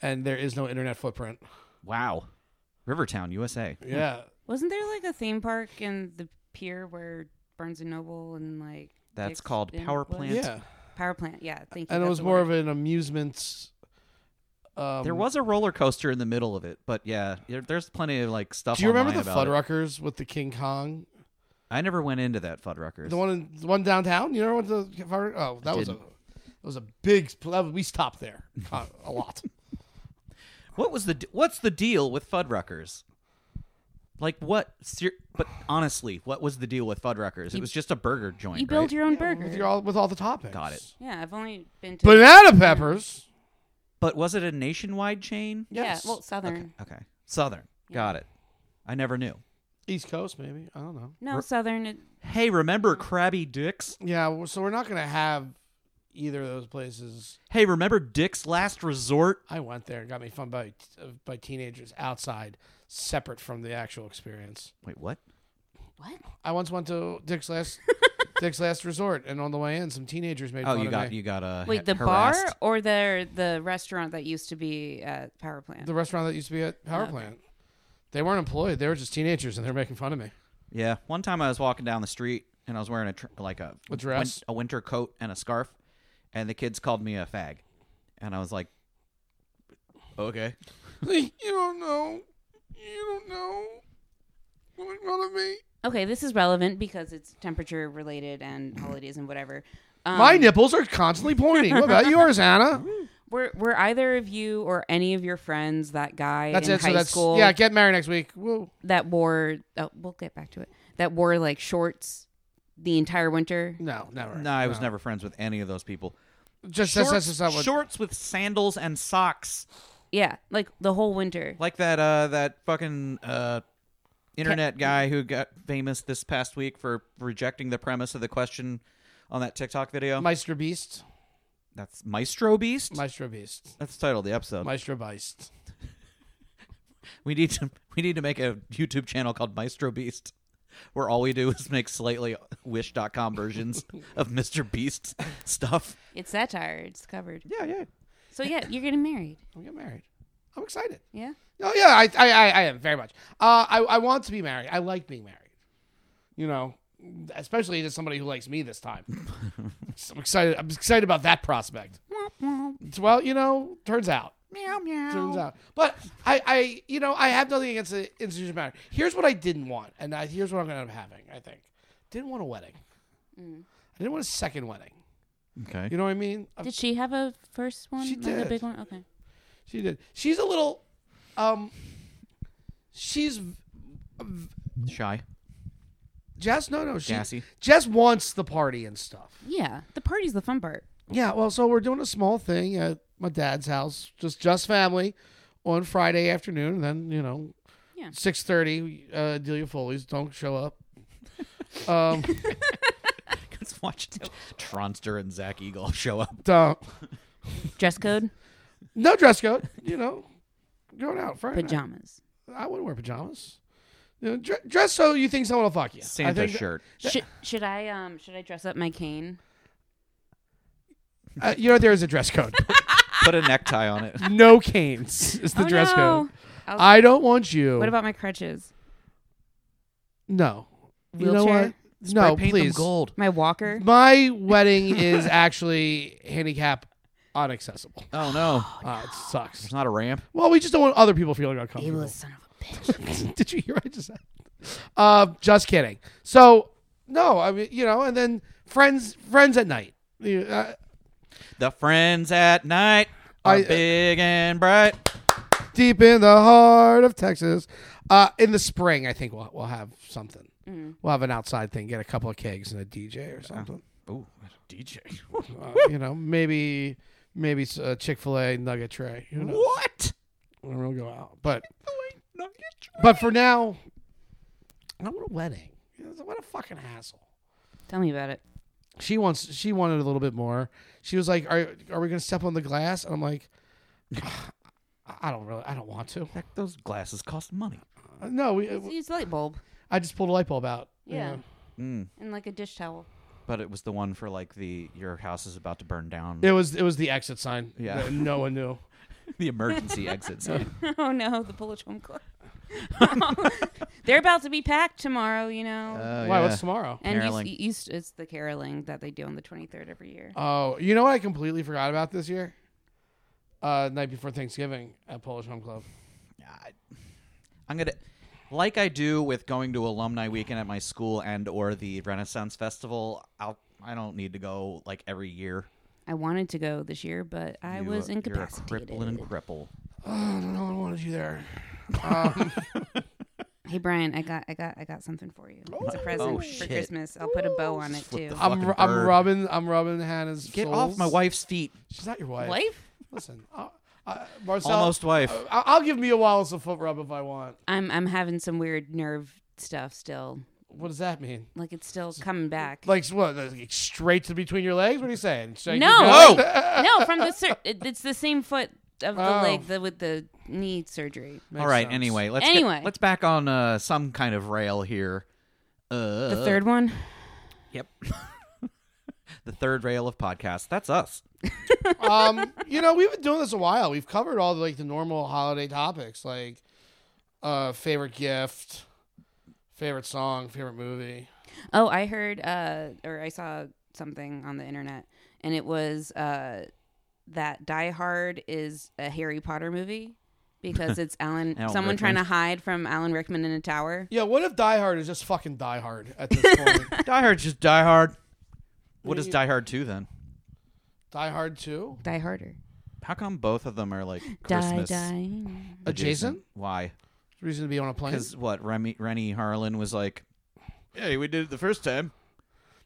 [SPEAKER 2] and there is no internet footprint.
[SPEAKER 4] Wow. Rivertown, USA.
[SPEAKER 2] Yeah,
[SPEAKER 1] Wasn't there like a theme park in the pier where Barnes and Noble and like
[SPEAKER 4] That's
[SPEAKER 1] Dick's
[SPEAKER 4] called
[SPEAKER 1] Inn
[SPEAKER 4] Power
[SPEAKER 1] was?
[SPEAKER 4] Plant.
[SPEAKER 2] yeah.
[SPEAKER 1] Power plant. Yeah, thank you.
[SPEAKER 2] And it
[SPEAKER 1] that's
[SPEAKER 2] was
[SPEAKER 1] the
[SPEAKER 2] more
[SPEAKER 1] word.
[SPEAKER 2] of an amusement. Um,
[SPEAKER 4] There was a roller coaster in the middle of it, but yeah, there, there's plenty of like stuff.
[SPEAKER 2] Do you remember
[SPEAKER 4] online
[SPEAKER 2] the
[SPEAKER 4] about it.
[SPEAKER 2] Fuddruckers with the King Kong?
[SPEAKER 4] I never went into that Fuddruckers.
[SPEAKER 2] The one in the one downtown. You know what the oh that was a
[SPEAKER 4] didn't.
[SPEAKER 2] that was a big sp- that was, we stopped there uh, a lot.
[SPEAKER 4] What was the d- what's the deal with Fuddruckers? Like what? Ser- but honestly, what was the deal with Fuddruckers? It was just a burger joint.
[SPEAKER 1] You build
[SPEAKER 4] right?
[SPEAKER 1] your own
[SPEAKER 2] with,
[SPEAKER 1] burger.
[SPEAKER 2] your, all, with all the toppings.
[SPEAKER 4] Got it.
[SPEAKER 1] yeah, I've only been to
[SPEAKER 2] Banana peppers.
[SPEAKER 4] But was it a nationwide chain?
[SPEAKER 1] Yeah,
[SPEAKER 2] Yes.
[SPEAKER 1] well, Southern.
[SPEAKER 4] Okay. Southern. Got it. I never knew.
[SPEAKER 2] East Coast maybe. I don't know.
[SPEAKER 1] No, Southern. It,
[SPEAKER 4] Hey, remember Krabby Dick's?
[SPEAKER 2] Yeah, well, so we're not gonna have either of those places.
[SPEAKER 4] Hey, remember Dick's Last Resort?
[SPEAKER 2] I went there and got me fun by uh, by teenagers outside, separate from the actual experience.
[SPEAKER 4] Wait, what?
[SPEAKER 1] what?
[SPEAKER 2] I once went to
[SPEAKER 1] <laughs>
[SPEAKER 2] Dick's last Dick's last resort, and on the way in, some teenagers made
[SPEAKER 4] Oh,
[SPEAKER 2] fun
[SPEAKER 4] you
[SPEAKER 2] of
[SPEAKER 4] got
[SPEAKER 2] me.
[SPEAKER 4] you got uh,
[SPEAKER 1] Wait, the
[SPEAKER 4] harassed.
[SPEAKER 1] bar or the the restaurant that used to be at Power Plant?
[SPEAKER 2] the restaurant that used to be at Power Plant. They weren't employed; they were just teenagers, and they were making fun of me.
[SPEAKER 4] Yeah. One time I was walking down the street and I was wearing a tr- like a,
[SPEAKER 2] A dress?
[SPEAKER 4] win- a winter coat and a scarf, and the kids called me a fag, and I was like, okay.
[SPEAKER 2] <laughs> you don't know. You don't know. What's wrong with me?
[SPEAKER 1] okay, this is relevant because it's temperature related and holidays and whatever. Um, <laughs>
[SPEAKER 2] My nipples are constantly pointing. What about yours, Anna?
[SPEAKER 1] Were were either of you or any of your friends that guy
[SPEAKER 2] That's
[SPEAKER 1] in
[SPEAKER 2] it.
[SPEAKER 1] high
[SPEAKER 2] so that's
[SPEAKER 1] school
[SPEAKER 2] yeah. Get married next week. Woo.
[SPEAKER 1] that wore? Oh, we'll get back to it. That wore like shorts the entire winter.
[SPEAKER 2] No, never.
[SPEAKER 4] No, I was never friends with any of those people.
[SPEAKER 2] Just that's, that's
[SPEAKER 4] Shorts,
[SPEAKER 2] just not what.
[SPEAKER 4] shorts with sandals and socks,
[SPEAKER 1] Yeah, like the whole winter.
[SPEAKER 4] like that uh that fucking uh internet guy who got famous this past week for rejecting the premise of the question on that TikTok video.
[SPEAKER 2] Maestro Beast.
[SPEAKER 4] That's Maestro Beast.
[SPEAKER 2] Maestro Beast.
[SPEAKER 4] That's the title of the episode.
[SPEAKER 2] Maestro Beast.
[SPEAKER 4] we need to <laughs> we need to make a YouTube channel called Maestro Beast. Where all we do is make slightly wish.com
[SPEAKER 2] <laughs>
[SPEAKER 4] versions of Mr. Beast stuff.
[SPEAKER 1] It's satire. It's covered.
[SPEAKER 4] Yeah, yeah.
[SPEAKER 1] So yeah, you're getting married.
[SPEAKER 2] We get married. I'm excited.
[SPEAKER 1] Yeah.
[SPEAKER 2] Oh yeah, I I, I, I am very much. Uh, I I want to be married. I like being married. You know, especially to somebody who likes me this time. So I'm excited. I'm excited about that prospect. It's- well, you know, turns out.
[SPEAKER 4] Meow meow.
[SPEAKER 2] Turns out, but I, I, you know, I have nothing against the institution of marriage. Here's what I didn't want, and I, here's what I'm gonna end up having. I think didn't want a wedding.
[SPEAKER 4] Mm.
[SPEAKER 2] I didn't want a second wedding.
[SPEAKER 4] Okay.
[SPEAKER 2] You know what I mean?
[SPEAKER 1] Did she have a first one?
[SPEAKER 2] Um, She
[SPEAKER 1] like a
[SPEAKER 2] did.
[SPEAKER 1] big one. Okay.
[SPEAKER 2] She did. She's a little, um, she's v-
[SPEAKER 4] Shy. <laughs>
[SPEAKER 2] Jess. No, no, she,
[SPEAKER 4] Jassy.
[SPEAKER 2] Jess wants the party and stuff.
[SPEAKER 1] Yeah, the party's the fun part.
[SPEAKER 2] Yeah. Well, so we're doing a small thing at my dad's house, just just family, on Friday afternoon. And then you know,
[SPEAKER 1] Yeah.
[SPEAKER 2] six thirty. Uh, Delia Foley's don't
[SPEAKER 1] <laughs>
[SPEAKER 2] show up. Um,
[SPEAKER 4] Let's watch Tronster and Zach Eagle show up.
[SPEAKER 2] don't-
[SPEAKER 1] Dress code,
[SPEAKER 2] no dress code. You know, going out Friday. night.
[SPEAKER 1] pajamas.
[SPEAKER 2] I wouldn't wear pajamas. You know, dre- dress so you think someone will fuck you. I
[SPEAKER 4] Santa
[SPEAKER 2] think that- <laughs>
[SPEAKER 4] shirt.
[SPEAKER 1] Should, should I um should I dress up my cane?
[SPEAKER 2] uh, you know, there is a
[SPEAKER 1] <laughs>
[SPEAKER 2] dress code.
[SPEAKER 4] Put a necktie on it.
[SPEAKER 2] no canes is the
[SPEAKER 1] Oh,
[SPEAKER 2] dress
[SPEAKER 1] no.
[SPEAKER 2] code.
[SPEAKER 1] I'll-
[SPEAKER 2] I don't want you.
[SPEAKER 1] What about my crutches?
[SPEAKER 2] no? You know
[SPEAKER 1] Wheelchair?
[SPEAKER 2] what? <laughs> No,
[SPEAKER 4] Spray paint
[SPEAKER 2] please.
[SPEAKER 4] Them gold.
[SPEAKER 1] My walker?
[SPEAKER 4] <laughs>
[SPEAKER 2] My wedding is actually handicap unaccessible.
[SPEAKER 4] Oh no,
[SPEAKER 2] Uh, it sucks.
[SPEAKER 4] it's not a ramp.
[SPEAKER 2] Well, we just don't want other people feeling uncomfortable. <laughs>
[SPEAKER 1] Ableist son of a bitch.
[SPEAKER 2] Did you hear what I just said? Uh, just kidding. So no, I mean you know, and then friends, friends at night. You- Uh,
[SPEAKER 4] The friends at night are
[SPEAKER 2] I- uh,
[SPEAKER 4] big and bright.
[SPEAKER 2] deep in the heart of Texas. Uh, in the spring, I think we'll we'll have something.
[SPEAKER 4] Mm.
[SPEAKER 2] We'll have an outside thing, get a couple of kegs and a DJ or something.
[SPEAKER 4] Ooh, DJ.
[SPEAKER 2] Uh, you know, maybe maybe s- a Chick Fil A nugget tray. Who
[SPEAKER 4] <laughs> <laughs>
[SPEAKER 2] knows?
[SPEAKER 4] what?
[SPEAKER 2] We'll go out, but but for now, I want a wedding. What a fucking hassle.
[SPEAKER 1] Tell me about it.
[SPEAKER 2] She wants. She wanted a little bit more. She was like, "Are are we gonna step on the glass?" And I'm like, "Ah, "I- "I don't really. I don't want to."
[SPEAKER 4] Heck, those glasses cost money.
[SPEAKER 2] Uh, No, we,
[SPEAKER 1] Use light bulb.
[SPEAKER 2] I just pulled a light bulb out. you
[SPEAKER 1] Yeah.
[SPEAKER 2] know.
[SPEAKER 4] Mm.
[SPEAKER 1] And like a dish towel. <laughs>
[SPEAKER 4] But it was the one for like the your house is about to burn down.
[SPEAKER 2] It was it was the exit sign.
[SPEAKER 4] Yeah.
[SPEAKER 2] that no one knew.
[SPEAKER 4] <laughs> the
[SPEAKER 1] <laughs>
[SPEAKER 4] emergency exit sign.
[SPEAKER 1] oh no, the Polish home club. <laughs> They're about to be packed tomorrow, you know.
[SPEAKER 4] <laughs> Oh, yeah.
[SPEAKER 2] Why? What's tomorrow?
[SPEAKER 1] and you,
[SPEAKER 4] caroling.
[SPEAKER 1] you, you, it's the caroling that they do on the 23rd every year.
[SPEAKER 2] Oh, you know what I completely forgot about this year? Uh, night before Thanksgiving at Polish Home Club.
[SPEAKER 4] I- I'm gonna, like I do with going to alumni weekend at my school and or the Renaissance Festival. I'll I don't need to go like every year.
[SPEAKER 1] I wanted to go this year, but I
[SPEAKER 4] You-
[SPEAKER 1] was
[SPEAKER 4] you're a
[SPEAKER 1] incapacitated.
[SPEAKER 4] crippling cripple.
[SPEAKER 2] Oh, no one wanted you there.
[SPEAKER 1] Hey Brian, I got I got I got something for you. It's a present
[SPEAKER 4] Oh,
[SPEAKER 1] for
[SPEAKER 4] shit.
[SPEAKER 1] Christmas. I'll put a bow on it
[SPEAKER 4] Flip
[SPEAKER 1] too.
[SPEAKER 4] the
[SPEAKER 2] I'm
[SPEAKER 4] Fucking
[SPEAKER 2] I'm
[SPEAKER 4] bird.
[SPEAKER 2] rubbing I'm rubbing Hannah's.
[SPEAKER 4] Get off my
[SPEAKER 2] soles.
[SPEAKER 4] wife's feet.
[SPEAKER 2] She's not your wife.
[SPEAKER 1] Wife?
[SPEAKER 2] Listen, uh, uh, Marcel.
[SPEAKER 4] Almost wife.
[SPEAKER 2] I- I'll give Mia Wallace a foot rub if I want.
[SPEAKER 1] I'm I'm having some weird nerve stuff still.
[SPEAKER 2] What does that mean?
[SPEAKER 1] Like it's still coming back.
[SPEAKER 2] Like what? Like straight to between your legs? What are you saying? Should I
[SPEAKER 1] no,
[SPEAKER 2] keep
[SPEAKER 1] like-
[SPEAKER 4] Oh!
[SPEAKER 1] <laughs> no, from the sur- it- it's the same foot of the
[SPEAKER 2] Oh.
[SPEAKER 1] leg the, with the knee surgery.
[SPEAKER 2] going?
[SPEAKER 4] All right.
[SPEAKER 2] Makes sense.
[SPEAKER 4] Anyway, let's
[SPEAKER 1] Anyway.
[SPEAKER 4] Get, let's back on uh, some kind of rail here. Uh,
[SPEAKER 1] The third one.
[SPEAKER 4] Yep. <laughs> the third rail of podcast. That's us.
[SPEAKER 2] <laughs> um, you know, we've been doing this a while. We've covered all the, like the normal holiday topics, like uh, favorite gift, favorite song, favorite movie.
[SPEAKER 1] Oh, I heard uh or I saw something on the internet and it was uh that Die Hard is a Harry Potter movie because
[SPEAKER 4] <laughs>
[SPEAKER 1] it's Alan
[SPEAKER 4] Alan
[SPEAKER 1] someone
[SPEAKER 4] Rickman.
[SPEAKER 1] trying to hide from Alan Rickman in a tower.
[SPEAKER 2] Yeah, what if Die Hard is just fucking Die Hard at this point?
[SPEAKER 4] Die Hard, just Die Hard. What is Die Hard Two then?
[SPEAKER 2] Die Hard Two.
[SPEAKER 1] Die Harder.
[SPEAKER 4] How come both of them are like
[SPEAKER 1] Die,
[SPEAKER 4] Christmas
[SPEAKER 1] die.
[SPEAKER 2] Adjacent?
[SPEAKER 4] Why?
[SPEAKER 2] Reason to be on a plane?
[SPEAKER 4] Because what? Remy, Rennie Harlan was like, "Hey, we did it the first time."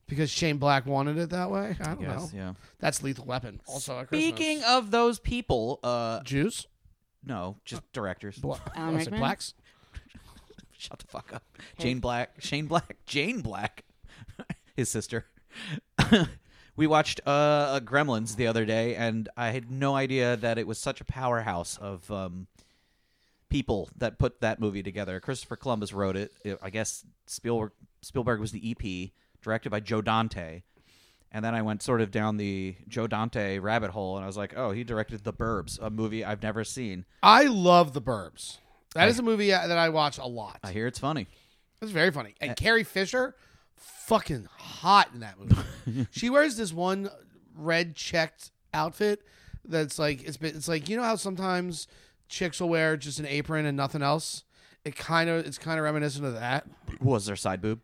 [SPEAKER 2] Because Shane Black wanted it that way? I don't know.
[SPEAKER 4] Yes, yeah.
[SPEAKER 2] That's Lethal Weapon. Also a Christmas.
[SPEAKER 4] Speaking of those people, uh,
[SPEAKER 2] Jews,
[SPEAKER 4] no, just directors.
[SPEAKER 2] Bla-
[SPEAKER 1] Alan
[SPEAKER 2] I said
[SPEAKER 1] Rickman?
[SPEAKER 2] blacks.
[SPEAKER 4] Shut the fuck up. Jane Black, Shane Black, <laughs> Jane Black, his sister. <laughs> we watched uh, Gremlins the other day, and I had no idea that it was such a powerhouse of um, people that put that movie together. Christopher Columbus wrote it. It- I guess Spielberg Spielberg was the EP, directed by Joe Dante. And then I went sort of down the Joe Dante rabbit hole, and I was like, "Oh, he directed The Burbs, a movie I've never seen.
[SPEAKER 2] I love The Burbs. That is a movie I- that I watch a lot.
[SPEAKER 4] I Uh, hear it's funny."
[SPEAKER 2] It's very funny. And Carrie Fisher, fucking hot in that
[SPEAKER 4] <laughs>
[SPEAKER 2] movie. she wears this one red checked outfit that's like it's been, it's like you know how sometimes chicks will wear just an apron and nothing else. It kind of it's kind of reminiscent of that.
[SPEAKER 4] Was there side boob?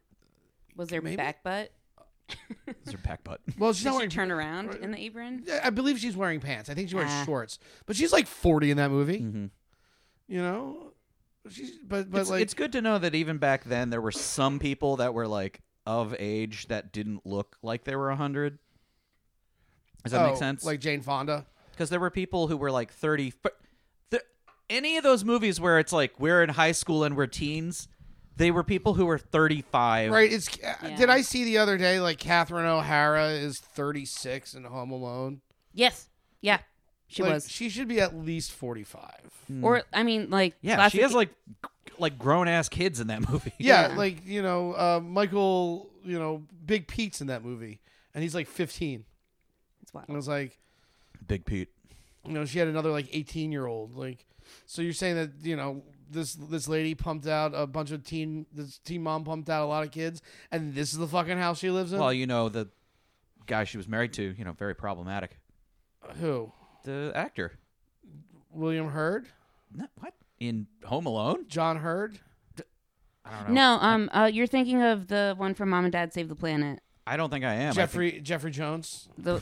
[SPEAKER 1] Was there
[SPEAKER 2] Maybe.
[SPEAKER 1] back butt?
[SPEAKER 4] Is there back butt?
[SPEAKER 2] Well, she's
[SPEAKER 1] Did
[SPEAKER 2] not
[SPEAKER 1] she
[SPEAKER 2] wearing.
[SPEAKER 1] turn around in the apron?
[SPEAKER 2] I believe she's wearing pants. I think she wears
[SPEAKER 1] Ah.
[SPEAKER 2] shorts, but she's like forty in that movie. You know, she's but but
[SPEAKER 4] it's,
[SPEAKER 2] like
[SPEAKER 4] it's good to know that even back then there were some people that were like of age that didn't look like they were 100 does that
[SPEAKER 2] oh,
[SPEAKER 4] make sense
[SPEAKER 2] Like Jane Fonda.
[SPEAKER 4] because there were people who were like 30 but there, any of those movies where it's like we're in high school and we're teens they were people who were 35
[SPEAKER 2] Right. It's did I see the other day like Catherine O'Hara is thirty six in Home Alone.
[SPEAKER 1] Yes. Yeah. She
[SPEAKER 2] Like,
[SPEAKER 1] was.
[SPEAKER 2] She should be at least forty five.
[SPEAKER 1] Or I mean, like
[SPEAKER 4] yeah
[SPEAKER 1] classic-
[SPEAKER 4] she has like like grown-ass kids in that <laughs> movie
[SPEAKER 2] Yeah,
[SPEAKER 1] Yeah.
[SPEAKER 2] like you know uh, Michael, you know Big Pete's in that movie, and he's like fifteen.
[SPEAKER 1] It's wild.
[SPEAKER 2] And I was like,
[SPEAKER 4] big pete
[SPEAKER 2] you know, she had another like eighteen year old. Like, so you're saying that you know this this lady pumped out a bunch of teen this teen mom pumped out a lot of kids, and this is the fucking house she lives in.
[SPEAKER 4] well you know the guy she was married to you know very problematic
[SPEAKER 2] Who?
[SPEAKER 4] the actor
[SPEAKER 2] William Hurd,
[SPEAKER 4] No, what in home alone
[SPEAKER 2] John Hurd.
[SPEAKER 4] i don't know
[SPEAKER 1] No, um, uh, you're thinking of the one from Mom and Dad Save the Planet.
[SPEAKER 4] i don't think i am I think-
[SPEAKER 2] Jeffrey Jeffrey Jones,
[SPEAKER 1] The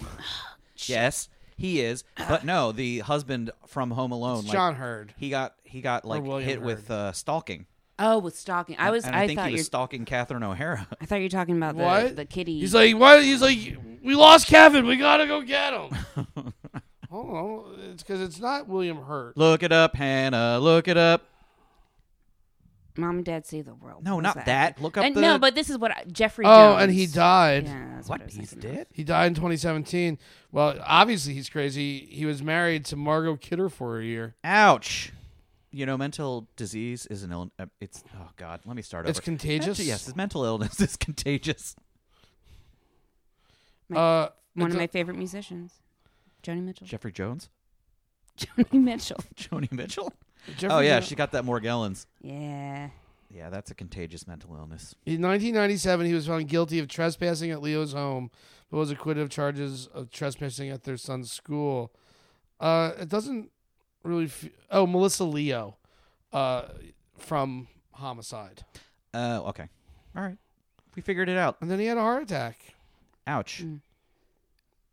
[SPEAKER 4] Yes, he is. But no, the husband from Home Alone,
[SPEAKER 2] It's
[SPEAKER 4] like,
[SPEAKER 2] John Hurd.
[SPEAKER 4] he got he got like
[SPEAKER 2] William
[SPEAKER 4] hit with uh, stalking.
[SPEAKER 1] oh, with stalking. I was.
[SPEAKER 4] and
[SPEAKER 1] I,
[SPEAKER 4] I, think
[SPEAKER 1] thought
[SPEAKER 4] he
[SPEAKER 1] you.
[SPEAKER 4] was stalking Catherine O'Hara. <laughs>
[SPEAKER 1] I thought you were talking about the
[SPEAKER 2] What?
[SPEAKER 1] the kitty.
[SPEAKER 2] He's like, why? He's like, we lost Kevin. We gotta go get him. Hold on, it's because it's not William Hurt.
[SPEAKER 4] Look it up, Hannah. Look it up.
[SPEAKER 1] Mom and Dad Save the World.
[SPEAKER 4] No,
[SPEAKER 1] What was
[SPEAKER 4] not that. Look up
[SPEAKER 1] And
[SPEAKER 4] the
[SPEAKER 1] no, but this is what I, Jeffrey.
[SPEAKER 2] Oh,
[SPEAKER 1] Jones.
[SPEAKER 2] and he died.
[SPEAKER 1] Yeah, that's what,
[SPEAKER 4] what
[SPEAKER 1] I was
[SPEAKER 4] he's
[SPEAKER 1] thinking of.
[SPEAKER 4] dead.
[SPEAKER 2] He died in 2017. Well, obviously he's crazy. He was married to Margot Kidder for a year.
[SPEAKER 4] Ouch. You know, mental disease is an ill. uh, It's oh god. Let me start over.
[SPEAKER 2] It's contagious.
[SPEAKER 4] Mental- yes, mental illness <laughs> is contagious.
[SPEAKER 2] Uh,
[SPEAKER 1] One of
[SPEAKER 2] it's
[SPEAKER 1] my
[SPEAKER 2] a-
[SPEAKER 1] favorite musicians, Joni Mitchell.
[SPEAKER 4] Jeffrey Jones,
[SPEAKER 1] <laughs>
[SPEAKER 4] <laughs>
[SPEAKER 1] Joni Mitchell.
[SPEAKER 4] Joni Mitchell.
[SPEAKER 2] Jeffrey
[SPEAKER 4] Oh yeah,
[SPEAKER 2] Jones-
[SPEAKER 4] she got that Morgellons.
[SPEAKER 1] Yeah.
[SPEAKER 4] Yeah, that's a contagious mental illness.
[SPEAKER 2] In 1997, he was found guilty of trespassing at Leo's home, but was acquitted of charges of trespassing at their son's school. Uh, it doesn't really. F- oh, Melissa Leo, uh, from Homicide,
[SPEAKER 4] Oh, okay. All right, we figured it out.
[SPEAKER 2] and then he had a heart attack.
[SPEAKER 4] Ouch.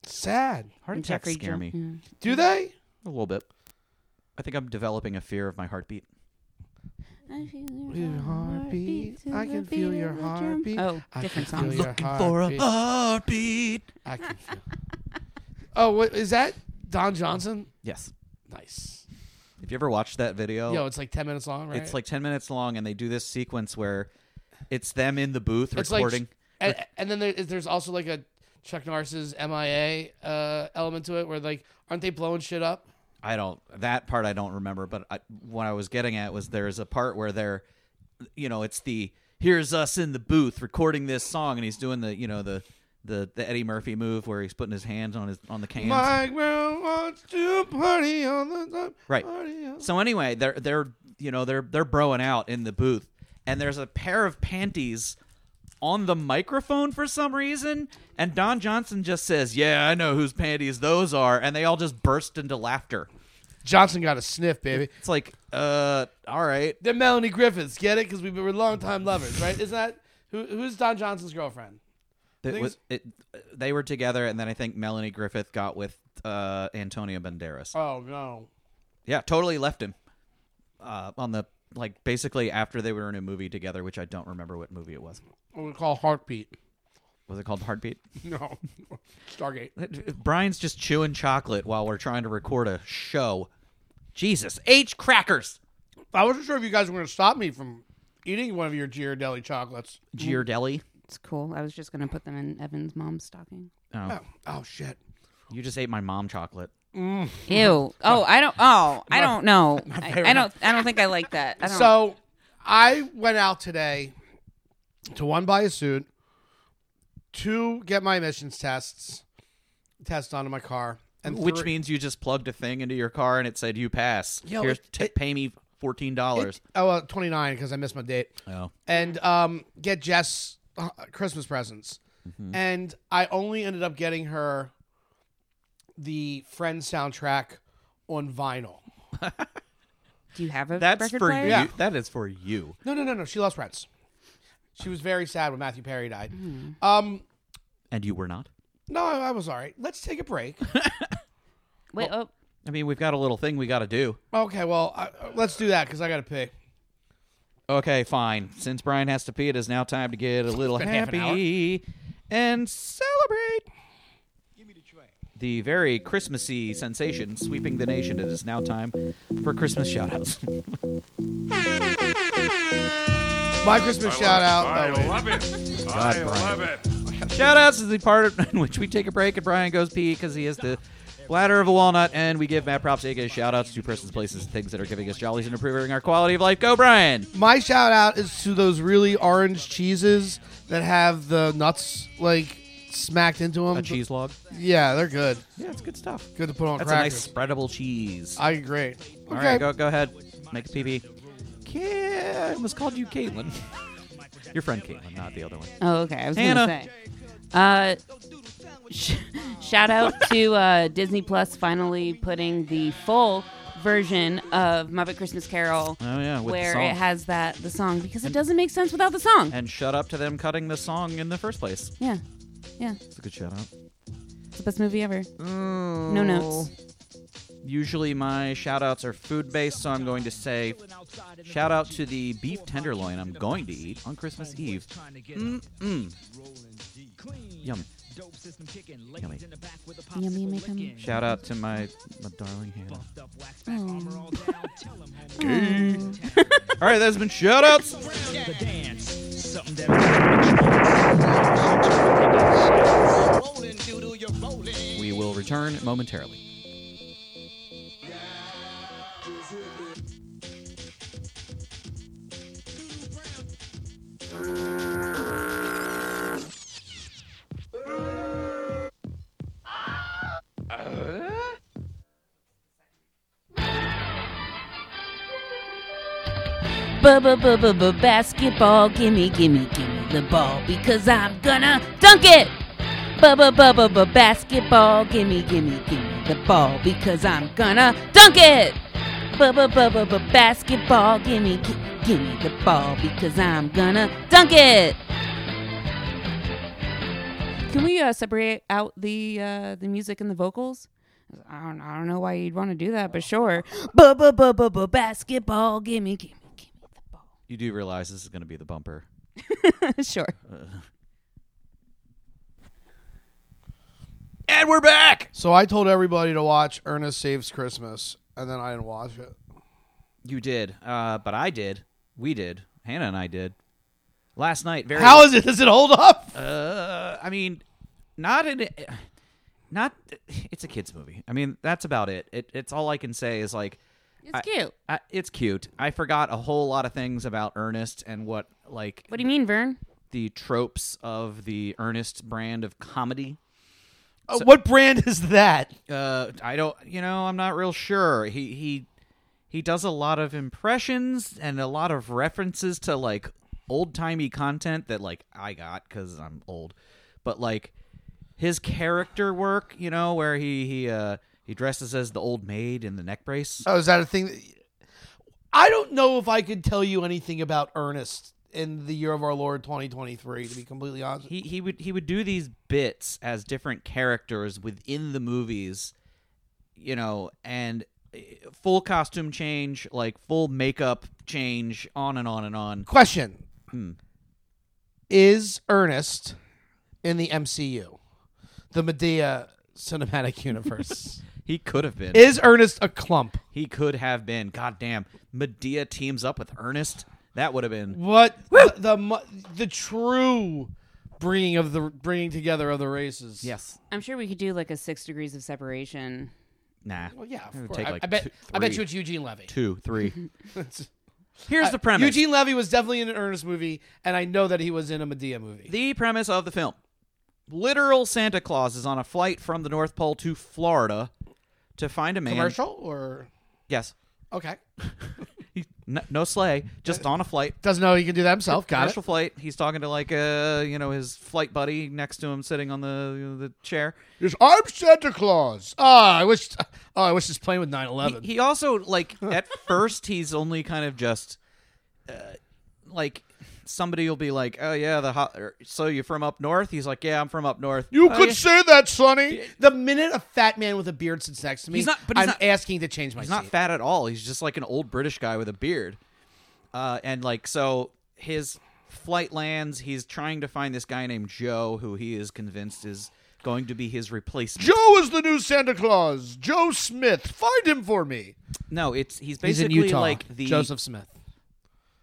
[SPEAKER 2] Sad.
[SPEAKER 4] Heart
[SPEAKER 1] And
[SPEAKER 4] attacks
[SPEAKER 1] Jeffrey Hmm.
[SPEAKER 4] scare
[SPEAKER 1] Jones.
[SPEAKER 4] me.
[SPEAKER 2] Do they?
[SPEAKER 4] A little bit. I think I'm developing a fear of my heartbeat.
[SPEAKER 1] I feel
[SPEAKER 2] Your heartbeat, I can feel your heartbeat.
[SPEAKER 1] Oh,
[SPEAKER 2] I
[SPEAKER 1] different
[SPEAKER 2] can feel
[SPEAKER 1] songs.
[SPEAKER 2] your heartbeat.
[SPEAKER 4] heartbeat.
[SPEAKER 2] I can <laughs> feel. oh, what is that? Don Johnson.
[SPEAKER 4] Yes.
[SPEAKER 2] Nice.
[SPEAKER 4] If you ever watched that video,
[SPEAKER 2] Yo, it's like 10 minutes long, right?
[SPEAKER 4] Oh. it's like 10 minutes long, and they do this sequence where it's them in the booth
[SPEAKER 2] It's like-
[SPEAKER 4] recording.
[SPEAKER 2] and, and then there, there's also like a Chuck Norris's MIA uh, element to it, where like, aren't they blowing shit up?
[SPEAKER 4] I don't, that part I don't remember, but I, what I was getting at was there's a part where they're, you know, it's the, here's us in the booth recording this song, and he's doing the, you know, the, the, the Eddie Murphy move where he's putting his hands on his on the cans.
[SPEAKER 2] My girl wants to party on the top.
[SPEAKER 4] Right.
[SPEAKER 2] Party on-
[SPEAKER 4] So anyway, they're they're you know they're they're broing out in the booth, and there's a pair of panties on the microphone for some reason, and Don Johnson just says, "Yeah, I know whose panties those are," and they all just burst into laughter.
[SPEAKER 2] Johnson got a sniff, baby.
[SPEAKER 4] It's like, uh, all right,
[SPEAKER 2] They're Melanie Griffiths. Get it? Because we were longtime lovers, right? Is that who? Who's Don Johnson's girlfriend?
[SPEAKER 4] That
[SPEAKER 2] thing
[SPEAKER 4] was it, they were together, and then I think Melanie Griffith got with uh, Antonio Banderas.
[SPEAKER 2] Oh no.
[SPEAKER 4] yeah, totally left him uh, on the like basically after they were in a movie together, which I don't remember what movie it was.
[SPEAKER 2] What we call heartbeat.
[SPEAKER 4] Was it called Heartbeat?
[SPEAKER 2] <laughs> No. Stargate.
[SPEAKER 4] Brian's just chewing chocolate while we're trying to record a show. Jesus H crackers,
[SPEAKER 2] I wasn't sure if you guys were going to stop me from eating one of your Ghirardelli chocolates.
[SPEAKER 4] Giardelli.
[SPEAKER 1] It's cool. I was just gonna put them in Evan's mom's stocking.
[SPEAKER 4] Oh,
[SPEAKER 2] Oh shit!
[SPEAKER 4] you just ate my mom chocolate. <laughs>
[SPEAKER 1] Ew. Oh, I don't. Oh, I don't know. I, I don't. I don't think I like that. I don't.
[SPEAKER 2] So I went out today to one buy a suit, two get my emissions tests, test onto my car, and
[SPEAKER 4] Which
[SPEAKER 2] three-
[SPEAKER 4] means you just plugged a thing into your car and it said you pass.
[SPEAKER 2] Yo,
[SPEAKER 4] Here's
[SPEAKER 2] it-
[SPEAKER 4] t-
[SPEAKER 2] it-
[SPEAKER 4] pay me fourteen dollars.
[SPEAKER 2] oh well, twenty nine because I missed my date,
[SPEAKER 4] Oh,
[SPEAKER 2] and um, get Jess uh, Christmas presents,
[SPEAKER 4] Mm-hmm.
[SPEAKER 2] and I only ended up getting her the Friends soundtrack on vinyl.
[SPEAKER 1] do you have a
[SPEAKER 4] that's
[SPEAKER 1] record
[SPEAKER 4] for
[SPEAKER 1] player?
[SPEAKER 4] you.
[SPEAKER 2] Yeah.
[SPEAKER 4] That is for you.
[SPEAKER 2] No, no, no, no. She lost friends. She was very sad when Matthew Perry died.
[SPEAKER 4] Mm.
[SPEAKER 2] Um,
[SPEAKER 4] And you were not.
[SPEAKER 2] no, I I was all right. Let's take a break.
[SPEAKER 1] Wait. Oh,
[SPEAKER 4] I mean, we've got a little thing we got to do.
[SPEAKER 2] okay, well, I, uh, let's do that because I got to pick.
[SPEAKER 4] Okay, fine. Since Brian has to pee, it is now time to get
[SPEAKER 2] <laughs>
[SPEAKER 4] a little
[SPEAKER 2] been half an
[SPEAKER 4] happy and celebrate. The very Christmassy sensation sweeping the nation. It is now time for Christmas shoutouts. <laughs>
[SPEAKER 2] My Christmas shout out.
[SPEAKER 5] I
[SPEAKER 2] oh, wait.
[SPEAKER 5] love it. I love it.
[SPEAKER 4] shoutouts is the part <laughs> in which we take a break and Brian goes pee because he has the bladder of a walnut, and we give Matt props, aka shoutouts to persons, places, and things that are giving us jollies and improving our quality of life. Go, Brian!
[SPEAKER 2] My shout out is to those really orange cheeses that have the nuts like smacked into them.
[SPEAKER 4] A cheese log.
[SPEAKER 2] Yeah, they're good.
[SPEAKER 4] Yeah, it's good stuff.
[SPEAKER 2] Good to put on
[SPEAKER 4] That's a
[SPEAKER 2] crackers.
[SPEAKER 4] nice spreadable cheese.
[SPEAKER 2] I agree.
[SPEAKER 4] All
[SPEAKER 2] okay.
[SPEAKER 4] right, go go ahead. Make a PB. Ca- I almost called you Caitlin. <laughs> Your friend Caitlin, not the other one.
[SPEAKER 1] oh okay. I was
[SPEAKER 4] Hannah.
[SPEAKER 1] gonna say. Uh, <laughs> sh- shout out to uh, Disney Plus finally putting the full version of Muppet Christmas Carol.
[SPEAKER 4] Oh yeah, with
[SPEAKER 1] where
[SPEAKER 4] the song.
[SPEAKER 1] it has that the song because it doesn't make sense without the song.
[SPEAKER 4] and shut up to them cutting the song in the first place.
[SPEAKER 1] yeah, yeah,
[SPEAKER 4] It's a good shout out.
[SPEAKER 1] it's the best movie ever. No notes.
[SPEAKER 4] Usually my shout outs are food based, so I'm going to say shout out to the beef tenderloin I'm going to eat on Christmas Eve. Mm-mm. Yummy. Yummy.
[SPEAKER 1] Yummy, make 'em-
[SPEAKER 4] Shout out to my, my darling Hannah.
[SPEAKER 1] Oh.
[SPEAKER 4] All right, that's been shout outs. We will return momentarily.
[SPEAKER 1] Basketball, gimme, gimme, gimme the ball because I'm gonna dunk it. Bubba bubba bubba basketball, gimme, gimme, gimme the ball because I'm gonna dunk it. Bubba bubba bubba basketball, gimme, gi- gimme the ball because I'm gonna dunk it. Can we uh, separate out the uh, the music and the vocals? I don't, I don't know why you'd want to do that, but sure. Ba ba ba ba ba basketball, gimme, gimme, gimme <laughs> the ball.
[SPEAKER 4] You do realize this is going to be the bumper.
[SPEAKER 1] sure.
[SPEAKER 4] And we're back.
[SPEAKER 2] So I told everybody to watch Ernest Saves Christmas, and then I didn't watch it.
[SPEAKER 4] You did, uh, but I did. We did. Hannah and I did last night. Very.
[SPEAKER 2] How is it? Does it hold up?
[SPEAKER 4] Uh, I mean, not in. Not. It's a kids movie. I mean, that's about it. it it's all I can say is like.
[SPEAKER 1] It's cute.
[SPEAKER 4] I, it's cute. I forgot a whole lot of things about Ernest and what like
[SPEAKER 1] What do you mean, Vern?
[SPEAKER 4] the tropes of the Ernest brand of comedy.
[SPEAKER 2] Uh, what brand is that?
[SPEAKER 4] Uh, I don't, you know, I'm not real sure. He he he does a lot of impressions and a lot of references to like old timey content that like I got because I'm old, but like his character work, you know, where he he uh he dresses as the old maid in the neck brace.
[SPEAKER 2] Oh, is that a thing? That... I don't know if I could tell you anything about Ernest in the year of our Lord 2023. To be completely honest,
[SPEAKER 4] he he would he would do these bits as different characters within the movies, you know, and uh, full costume change, like full makeup change, on and on and on.
[SPEAKER 2] question:
[SPEAKER 4] Hmm.
[SPEAKER 2] Is Ernest in the MCU, the Medea
[SPEAKER 4] <laughs>
[SPEAKER 2] cinematic universe?
[SPEAKER 4] He could have been.
[SPEAKER 2] is Ernest a clump?
[SPEAKER 4] he could have been. God damn, Medea teams up with Ernest. That would have been.
[SPEAKER 2] What the, the mu- the true bringing of the bringing together of the races?
[SPEAKER 4] Yes.
[SPEAKER 1] I'm sure we could do like a six degrees of separation.
[SPEAKER 4] Nah.
[SPEAKER 2] Well, yeah. Of
[SPEAKER 4] It would
[SPEAKER 2] course.
[SPEAKER 4] take
[SPEAKER 2] I,
[SPEAKER 4] like
[SPEAKER 2] I bet.
[SPEAKER 4] two-
[SPEAKER 2] I bet
[SPEAKER 4] three.
[SPEAKER 2] you it's Eugene Levy. Uh,
[SPEAKER 4] Two, <laughs> three. Here's the premise.
[SPEAKER 2] Eugene Levy was definitely in an Ernest movie, and I know that he was in a Medea movie.
[SPEAKER 4] The premise of the film literal Santa Claus is on a flight from the North Pole to Florida to find a man.
[SPEAKER 2] Commercial or
[SPEAKER 4] Yes. <laughs>
[SPEAKER 2] okay,
[SPEAKER 4] He- No, no sleigh, just on a flight.
[SPEAKER 2] doesn't know he can do that himself. Got
[SPEAKER 4] Commercial flight. He's talking to like uh you know his flight buddy next to him, sitting on the you know, the chair.
[SPEAKER 2] it. Yes, I'm Santa Claus. Oh, I wish. Oh, I wish this plane with 9/11.
[SPEAKER 4] He also like at <laughs> first he's only kind of just uh, like somebody will be like, oh yeah, the hot. or, so you're from up north? He's like, yeah, I'm from up north.
[SPEAKER 2] you
[SPEAKER 4] "Oh,
[SPEAKER 2] could
[SPEAKER 4] yeah."
[SPEAKER 2] say that, Sonny. The minute a fat man with a beard sits next to me,
[SPEAKER 4] He's not- but he's
[SPEAKER 2] I'm
[SPEAKER 4] not-
[SPEAKER 2] asking to change my
[SPEAKER 4] He's
[SPEAKER 2] seat.
[SPEAKER 4] not fat at all. He's just like an old British guy with a beard. Uh, and like so, his flight lands. He's trying to find this guy named Joe, who he is convinced is going to be his replacement.
[SPEAKER 2] Joe is the new Santa Claus. Joe Smith, find him for me.
[SPEAKER 4] No, it's he's
[SPEAKER 2] He's in
[SPEAKER 4] basically
[SPEAKER 2] Utah.
[SPEAKER 4] like the
[SPEAKER 2] Joseph Smith.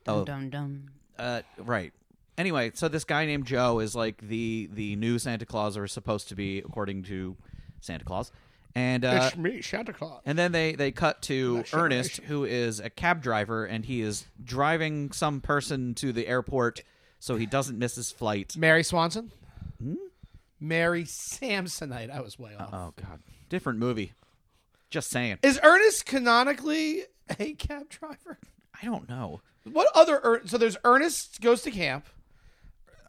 [SPEAKER 1] Dum
[SPEAKER 4] Oh.
[SPEAKER 1] dum dum.
[SPEAKER 4] Uh, right. Anyway, so this guy named Joe is like the the new Santa Claus, or is supposed to be, according to Santa Claus. And uh,
[SPEAKER 2] it's me, Santa Claus.
[SPEAKER 4] And then they, they cut to Ernest, who is a cab driver, and he is driving some person to the airport so he doesn't miss his flight.
[SPEAKER 2] Mary Swanson.
[SPEAKER 4] Hmm?
[SPEAKER 2] Mary Samsonite. I was way off.
[SPEAKER 4] Oh, God. Different movie. Just saying.
[SPEAKER 2] Is Ernest canonically a cab driver?
[SPEAKER 4] I don't know.
[SPEAKER 2] What other er- so there's Ernest goes to camp.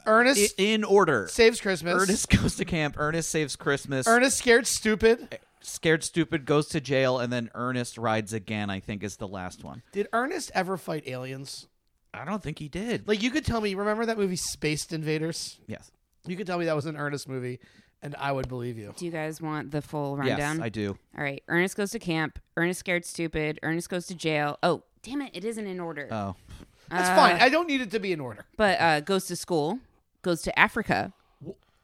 [SPEAKER 2] Ernest
[SPEAKER 4] in order
[SPEAKER 2] saves Christmas.
[SPEAKER 4] Ernest <laughs> goes to camp, Ernest saves Christmas,
[SPEAKER 2] Ernest scared stupid.
[SPEAKER 4] Scared Stupid goes to jail, and then Ernest Rides Again, I think, is the last one.
[SPEAKER 2] Did Ernest ever fight aliens?
[SPEAKER 4] I don't think he did.
[SPEAKER 2] Like you could tell me, remember that movie Spaced Invaders?
[SPEAKER 4] yes.
[SPEAKER 2] You could tell me that was an Ernest movie and I would believe you.
[SPEAKER 1] Do you guys want the full rundown?
[SPEAKER 4] Yes, I do.
[SPEAKER 1] All right. Ernest goes to camp. Ernest scared stupid. Ernest goes to jail. Oh, damn it! It isn't in order.
[SPEAKER 4] Oh.
[SPEAKER 2] That's fine. I don't need it to be in order.
[SPEAKER 1] but uh, goes to school. Goes to Africa.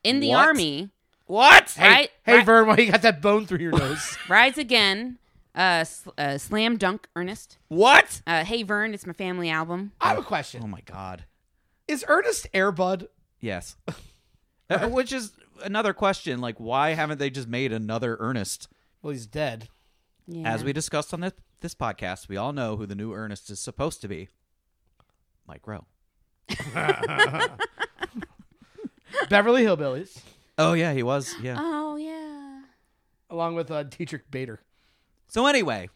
[SPEAKER 1] In the
[SPEAKER 4] what?
[SPEAKER 1] army.
[SPEAKER 2] What? Hey,
[SPEAKER 1] Right,
[SPEAKER 2] hey
[SPEAKER 1] right.
[SPEAKER 2] Vern, why you got that bone through your <laughs> nose?
[SPEAKER 1] Rides again. Uh, sl- uh, slam dunk. Ernest.
[SPEAKER 2] what?
[SPEAKER 1] Uh, hey Vern, it's my family album.
[SPEAKER 2] I have a
[SPEAKER 4] Oh,
[SPEAKER 2] question.
[SPEAKER 4] my God.
[SPEAKER 2] Is Ernest Airbud?
[SPEAKER 4] Yes. <laughs> Uh, Which is another question. Like, why haven't they just made another Ernest?
[SPEAKER 2] Well, he's <laughs> dead.
[SPEAKER 1] Yeah.
[SPEAKER 4] As we discussed on this, this podcast, we all know who the new Ernest is supposed to be Mike Rowe.
[SPEAKER 2] Beverly Hillbillies,
[SPEAKER 4] Oh, yeah, he was.
[SPEAKER 2] <gasps>
[SPEAKER 4] Yeah.
[SPEAKER 2] Uh.
[SPEAKER 1] Oh yeah.
[SPEAKER 2] along with uh, Dietrich Bader.
[SPEAKER 4] So, anyway,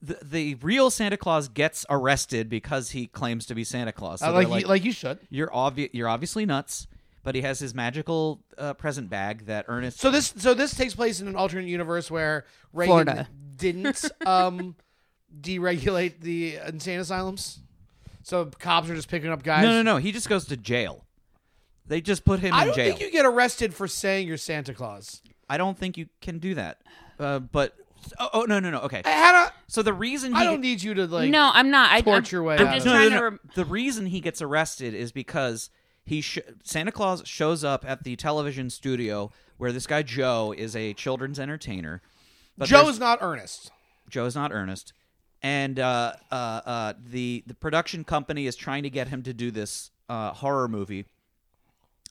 [SPEAKER 4] the, the real Santa Claus gets arrested because he claims to be Santa Claus. So
[SPEAKER 2] Uh,
[SPEAKER 4] they're
[SPEAKER 2] like,
[SPEAKER 4] like,
[SPEAKER 2] you, like you should.
[SPEAKER 4] you're, obvi- you're obviously nuts, but he has his magical uh, present bag that Ernest.
[SPEAKER 2] So this so this takes place in an alternate universe where Reagan
[SPEAKER 1] Florida.
[SPEAKER 2] didn't um, deregulate the insane asylums. So cops are just picking up guys.
[SPEAKER 4] no, no, no. He just goes to jail. They just put him
[SPEAKER 2] I
[SPEAKER 4] in
[SPEAKER 2] don't
[SPEAKER 4] jail.
[SPEAKER 2] think you get arrested for saying you're Santa Claus.
[SPEAKER 4] I don't think you can do that. Uh, but oh, oh no no no okay.
[SPEAKER 2] I had a.
[SPEAKER 4] So the reason he
[SPEAKER 2] I don't need you to like.
[SPEAKER 1] no, I'm not. I,
[SPEAKER 2] Torch
[SPEAKER 1] I'm,
[SPEAKER 2] your way
[SPEAKER 1] I'm
[SPEAKER 2] out
[SPEAKER 1] just
[SPEAKER 2] of it.
[SPEAKER 4] no, no,
[SPEAKER 1] trying
[SPEAKER 4] no,
[SPEAKER 1] to.
[SPEAKER 4] no.
[SPEAKER 1] Rem-
[SPEAKER 4] the reason he gets arrested is because he sh- Santa Claus shows up at the television studio where this guy Joe is a children's entertainer. But
[SPEAKER 2] Joe
[SPEAKER 4] there's-
[SPEAKER 2] is not earnest.
[SPEAKER 4] Joe's not Ernest, and uh, uh, uh, the the production company is trying to get him to do this uh, horror movie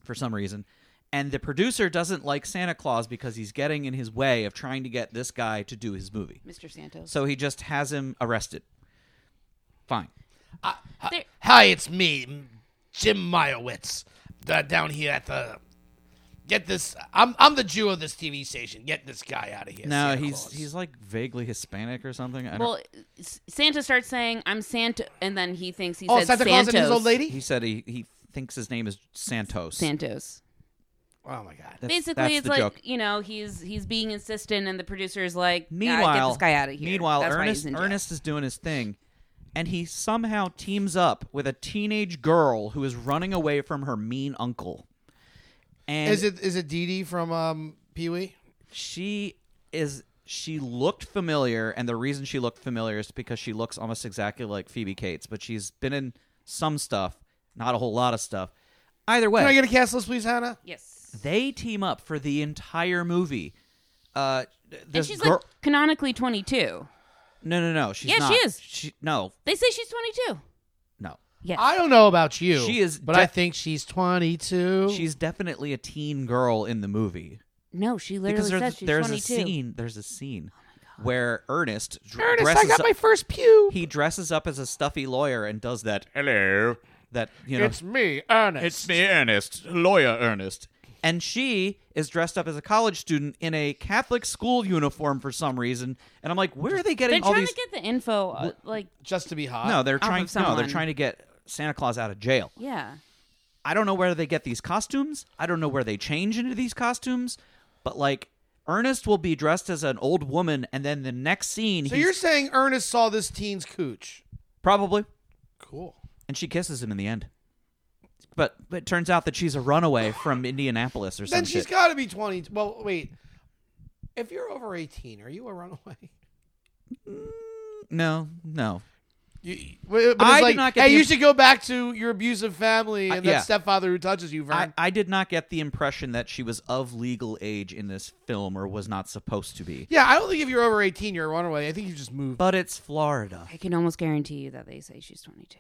[SPEAKER 4] for some reason, and the producer doesn't like Santa Claus because he's getting in his way of trying to get this guy to do his movie.
[SPEAKER 1] Mr. Santos.
[SPEAKER 4] So he just has him arrested. Fine.
[SPEAKER 1] There-
[SPEAKER 2] Hi, it's me, Jim Meyerowitz, the, down here at the. Get this. I'm I'm the Jew of this TV station. Get this guy out of here.
[SPEAKER 4] No,
[SPEAKER 2] Santa
[SPEAKER 4] he's
[SPEAKER 2] Claus.
[SPEAKER 4] he's like vaguely Hispanic or something. I don't,
[SPEAKER 1] Well, S- Santa starts saying, "I'm Santa," and then he thinks he
[SPEAKER 2] oh
[SPEAKER 1] said
[SPEAKER 2] Santa Claus
[SPEAKER 1] Santos.
[SPEAKER 2] and his old lady.
[SPEAKER 4] he said he, he thinks his name is Santos.
[SPEAKER 1] Santos.
[SPEAKER 2] oh my god.
[SPEAKER 4] That's-
[SPEAKER 1] Basically,
[SPEAKER 4] that's
[SPEAKER 1] it's
[SPEAKER 4] the
[SPEAKER 1] like
[SPEAKER 4] joke.
[SPEAKER 1] you know he's he's being insistent, and the producer is like, "Yeah,
[SPEAKER 4] Meanwhile,
[SPEAKER 1] get this guy out of here."
[SPEAKER 4] Meanwhile,
[SPEAKER 1] That's why he's
[SPEAKER 4] Ernest
[SPEAKER 1] in jail.
[SPEAKER 4] Ernest is doing his thing, and he somehow teams up with a teenage girl who is running away from her mean uncle. And
[SPEAKER 2] Is it is it Dee Dee from um, Pee Wee?
[SPEAKER 4] she is she looked familiar and the reason she looked familiar is because she looks almost exactly like Phoebe Cates, but she's been in some stuff, not a whole lot of stuff. Either way,
[SPEAKER 2] Can I get a cast list, please, Hannah?
[SPEAKER 1] Yes.
[SPEAKER 4] they team up for the entire movie. Uh,
[SPEAKER 1] And
[SPEAKER 4] this
[SPEAKER 1] she's
[SPEAKER 4] girl-
[SPEAKER 1] like canonically 22.
[SPEAKER 4] no, no, no. She's
[SPEAKER 1] Yeah, she
[SPEAKER 4] not.
[SPEAKER 1] is.
[SPEAKER 4] She no,
[SPEAKER 1] They say she's 22.
[SPEAKER 4] no.
[SPEAKER 1] Yes.
[SPEAKER 2] I don't know about you.
[SPEAKER 4] She is
[SPEAKER 2] but
[SPEAKER 4] de-
[SPEAKER 2] I think she's twenty two.
[SPEAKER 4] She's definitely a teen girl in the movie
[SPEAKER 1] no, she literally
[SPEAKER 4] because
[SPEAKER 1] says
[SPEAKER 4] there's,
[SPEAKER 1] she's Oh
[SPEAKER 4] there's
[SPEAKER 1] 22.
[SPEAKER 4] a scene. There's a scene where Ernest, dr-
[SPEAKER 2] Ernest, I
[SPEAKER 4] dresses
[SPEAKER 2] got
[SPEAKER 4] up.
[SPEAKER 2] my first pew.
[SPEAKER 4] he dresses up as a stuffy lawyer and does that
[SPEAKER 3] Hello.
[SPEAKER 4] that you know
[SPEAKER 2] It's me, Ernest.
[SPEAKER 3] It's me, Ernest. Lawyer Ernest.
[SPEAKER 4] and she is dressed up as a college student in a Catholic school uniform for some reason. And I'm like, where are they
[SPEAKER 1] They're
[SPEAKER 4] getting all
[SPEAKER 1] trying
[SPEAKER 4] these?
[SPEAKER 1] to get the info. Uh, like,
[SPEAKER 2] just to be hot.
[SPEAKER 4] no, they're
[SPEAKER 1] of
[SPEAKER 4] trying. No, they're
[SPEAKER 1] someone.
[SPEAKER 4] trying to get Santa Claus out of jail.
[SPEAKER 1] yeah.
[SPEAKER 4] I don't know where they get these costumes. I don't know where they change into these costumes. But like, Ernest will be dressed as an old woman, and then the next scene,
[SPEAKER 2] so
[SPEAKER 4] he's
[SPEAKER 2] you're saying Ernest saw this teen's cooch?
[SPEAKER 4] probably,
[SPEAKER 2] Cool.
[SPEAKER 4] and she kisses him in the end. But, but it turns out that she's a runaway
[SPEAKER 2] <laughs>
[SPEAKER 4] from Indianapolis or
[SPEAKER 2] Then
[SPEAKER 4] something.
[SPEAKER 2] she's got to be twenty. Well, wait. If you're over eighteen, are you a runaway?
[SPEAKER 4] no, no,
[SPEAKER 2] You, but it's
[SPEAKER 4] I did
[SPEAKER 2] like,
[SPEAKER 4] not get
[SPEAKER 2] hey,
[SPEAKER 4] the
[SPEAKER 2] you
[SPEAKER 4] imp-
[SPEAKER 2] should go back to your abusive family
[SPEAKER 4] I-
[SPEAKER 2] and
[SPEAKER 4] yeah.
[SPEAKER 2] that stepfather who touches you, Vern.
[SPEAKER 4] I, I did not get the impression that she was of legal age in this film or was not supposed to be.
[SPEAKER 2] yeah, I don't think if you're over 18, you're a runaway. I think you just moved.
[SPEAKER 4] But it's Florida.
[SPEAKER 1] I can almost guarantee you that they say she's 22.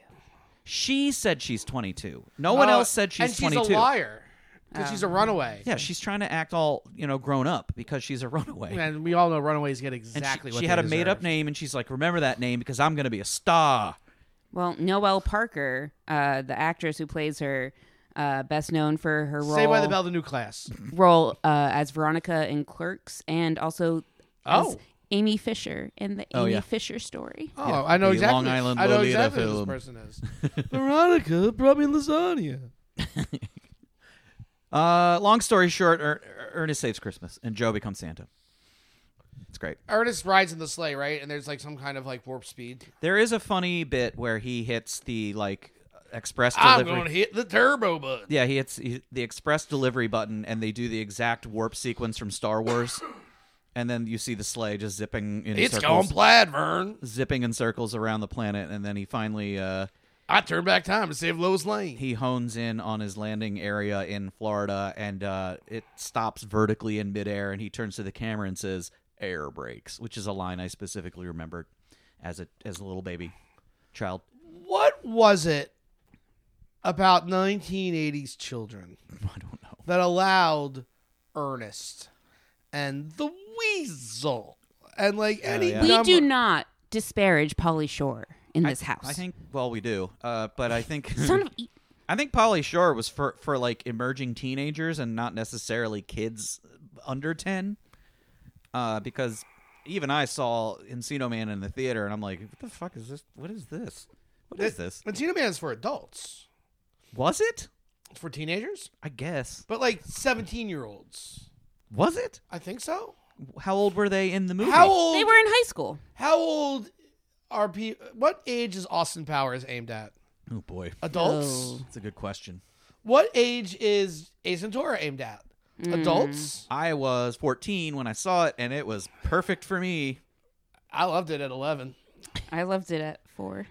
[SPEAKER 4] She said she's 22. No one
[SPEAKER 2] Uh,
[SPEAKER 4] else said she's
[SPEAKER 2] and
[SPEAKER 4] 22.
[SPEAKER 2] she's a liar because she's a runaway.
[SPEAKER 4] Yeah, she's trying to act all, you know, grown up because she's a runaway.
[SPEAKER 2] And we all know runaways get
[SPEAKER 4] And she-
[SPEAKER 2] exactly
[SPEAKER 4] she,
[SPEAKER 2] what
[SPEAKER 4] had
[SPEAKER 2] they
[SPEAKER 4] a made up
[SPEAKER 2] deserve.
[SPEAKER 4] name and she's like, "Remember that name because I'm going to be a star."
[SPEAKER 1] Well, Noelle Parker, uh, the actress who plays her, uh, best known for her role
[SPEAKER 2] Saved by the Bell, the
[SPEAKER 4] <laughs>
[SPEAKER 2] new class.
[SPEAKER 1] role uh, as Veronica in Clerks, and also as
[SPEAKER 2] Oh.
[SPEAKER 1] Amy Fisher in the
[SPEAKER 4] Oh,
[SPEAKER 1] Amy
[SPEAKER 4] yeah.
[SPEAKER 1] Fisher story.
[SPEAKER 2] Oh, I know
[SPEAKER 4] the
[SPEAKER 2] exactly.
[SPEAKER 4] Long Island
[SPEAKER 2] I know
[SPEAKER 4] Lolita
[SPEAKER 2] exactly who
[SPEAKER 4] film.
[SPEAKER 2] this person is. Veronica brought me lasagna.
[SPEAKER 4] Uh, long story short, er- Er- Ernest saves Christmas and Joe becomes Santa. It's great.
[SPEAKER 2] Ernest rides in the sleigh, right? And there's like some kind of like warp speed.
[SPEAKER 4] There is a funny bit where he hits the like express
[SPEAKER 2] Ah, I'm
[SPEAKER 4] delivery
[SPEAKER 2] going to hit the turbo button.
[SPEAKER 4] Yeah, he hits he- the express delivery button, and they do the exact warp sequence from Star Wars, <coughs> and then you see the sleigh just zipping in
[SPEAKER 2] It's
[SPEAKER 4] circles,
[SPEAKER 2] gone plaid, Vern.
[SPEAKER 4] zipping in circles around the planet, and then he finally uh,
[SPEAKER 2] I turned back time to save Lois Lane.
[SPEAKER 4] he hones in on his landing area in Florida, and uh, it stops vertically in midair, and he turns to the camera and says, "Air brakes," which is a line I specifically remembered as a as a little baby child. <laughs>
[SPEAKER 2] what was it about 1980s children
[SPEAKER 4] I don't know.
[SPEAKER 2] that allowed Ernest and the Weasel and like any
[SPEAKER 4] yeah.
[SPEAKER 1] We
[SPEAKER 2] number-
[SPEAKER 1] do not disparage Polly Shore in this house.
[SPEAKER 4] I think well we do, uh, but I think
[SPEAKER 1] <laughs> Son of e-
[SPEAKER 4] <laughs> I think Polly Shore was for for like emerging teenagers and not necessarily kids under ten, uh, because even I saw Encino Man in the theater and I'm like, what the fuck is this? What is this? What is this?
[SPEAKER 2] Encino Man is for adults,
[SPEAKER 4] Was it?
[SPEAKER 2] It's for teenagers,
[SPEAKER 4] I guess
[SPEAKER 2] but like 17 year olds.
[SPEAKER 4] was it?
[SPEAKER 2] I think so.
[SPEAKER 4] How old were they in the movie?
[SPEAKER 2] How old?
[SPEAKER 1] they were in high school.
[SPEAKER 2] how old are pe- What age is Austin Powers aimed at?
[SPEAKER 4] Oh boy,
[SPEAKER 2] Adults.
[SPEAKER 1] Oh.
[SPEAKER 4] that's a good question.
[SPEAKER 2] What age is Ace Ventura aimed at?
[SPEAKER 1] Mm.
[SPEAKER 2] Adults.
[SPEAKER 4] I was 14 when I saw it, and it was perfect for me.
[SPEAKER 2] I loved it at 11.
[SPEAKER 1] I loved it at
[SPEAKER 2] <laughs>
[SPEAKER 1] four.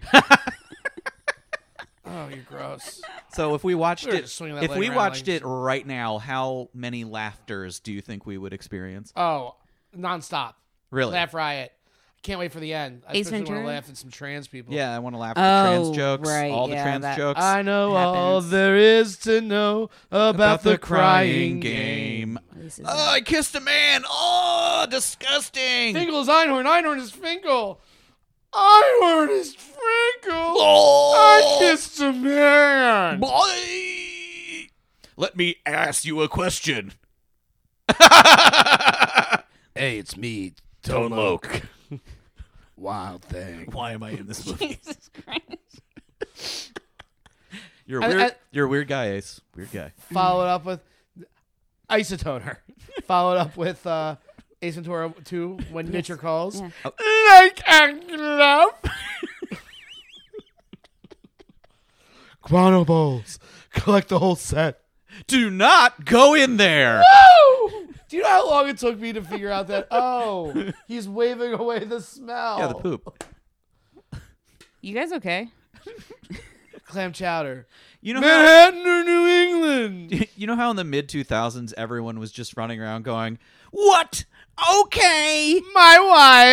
[SPEAKER 2] Oh, you're gross.
[SPEAKER 4] So if we watched
[SPEAKER 2] We were
[SPEAKER 4] it,
[SPEAKER 2] just swinging that
[SPEAKER 4] if
[SPEAKER 2] leg
[SPEAKER 4] we
[SPEAKER 2] around
[SPEAKER 4] watched
[SPEAKER 2] like-
[SPEAKER 4] it right now, how many laughters do you think we would experience?
[SPEAKER 2] Oh, nonstop.
[SPEAKER 4] Really?
[SPEAKER 2] Laugh riot. Can't wait for the end. I
[SPEAKER 1] Ace
[SPEAKER 2] especially want to
[SPEAKER 1] Ventura?
[SPEAKER 2] laugh at some trans people.
[SPEAKER 4] Yeah, I want to laugh at the
[SPEAKER 1] Oh,
[SPEAKER 4] trans jokes,
[SPEAKER 1] right,
[SPEAKER 4] all the
[SPEAKER 1] yeah,
[SPEAKER 4] trans
[SPEAKER 1] that-
[SPEAKER 4] jokes.
[SPEAKER 2] I know
[SPEAKER 1] Happens.
[SPEAKER 2] all there is to know about, the, crying game.
[SPEAKER 1] This is
[SPEAKER 4] Oh, I kissed a man. Oh, disgusting.
[SPEAKER 2] Finkel is Einhorn. Einhorn is Finkel. Einhorn is Finkel. I
[SPEAKER 3] Oh,
[SPEAKER 2] kissed a man.
[SPEAKER 3] boy. Let me ask you a question.
[SPEAKER 2] Hey, it's me,
[SPEAKER 3] Tone Loke.
[SPEAKER 2] Wild Thing.
[SPEAKER 3] Why am I in this movie?
[SPEAKER 1] Jesus Christ.
[SPEAKER 4] You're a
[SPEAKER 2] I-
[SPEAKER 4] weird.
[SPEAKER 2] I-
[SPEAKER 4] you're a weird guy, Ace. Weird guy.
[SPEAKER 2] Followed up with Isotoner. <laughs> Followed up with uh, Ace
[SPEAKER 4] Oh.
[SPEAKER 2] Ventura 2, When Nature
[SPEAKER 4] <laughs>
[SPEAKER 2] Calls.
[SPEAKER 1] Yeah.
[SPEAKER 2] Like a glove. guano bowls. Collect the whole set.
[SPEAKER 4] Do not go in there.
[SPEAKER 2] Oh! Do you know how long it took me to figure out that? Oh, he's waving away the smell.
[SPEAKER 4] Yeah, the poop.
[SPEAKER 1] You guys okay?
[SPEAKER 2] Clam chowder.
[SPEAKER 4] You know how,
[SPEAKER 2] Manhattan or New England?
[SPEAKER 4] <laughs> you know how in the mid 2000s everyone was just running around going, "What? Okay."
[SPEAKER 2] My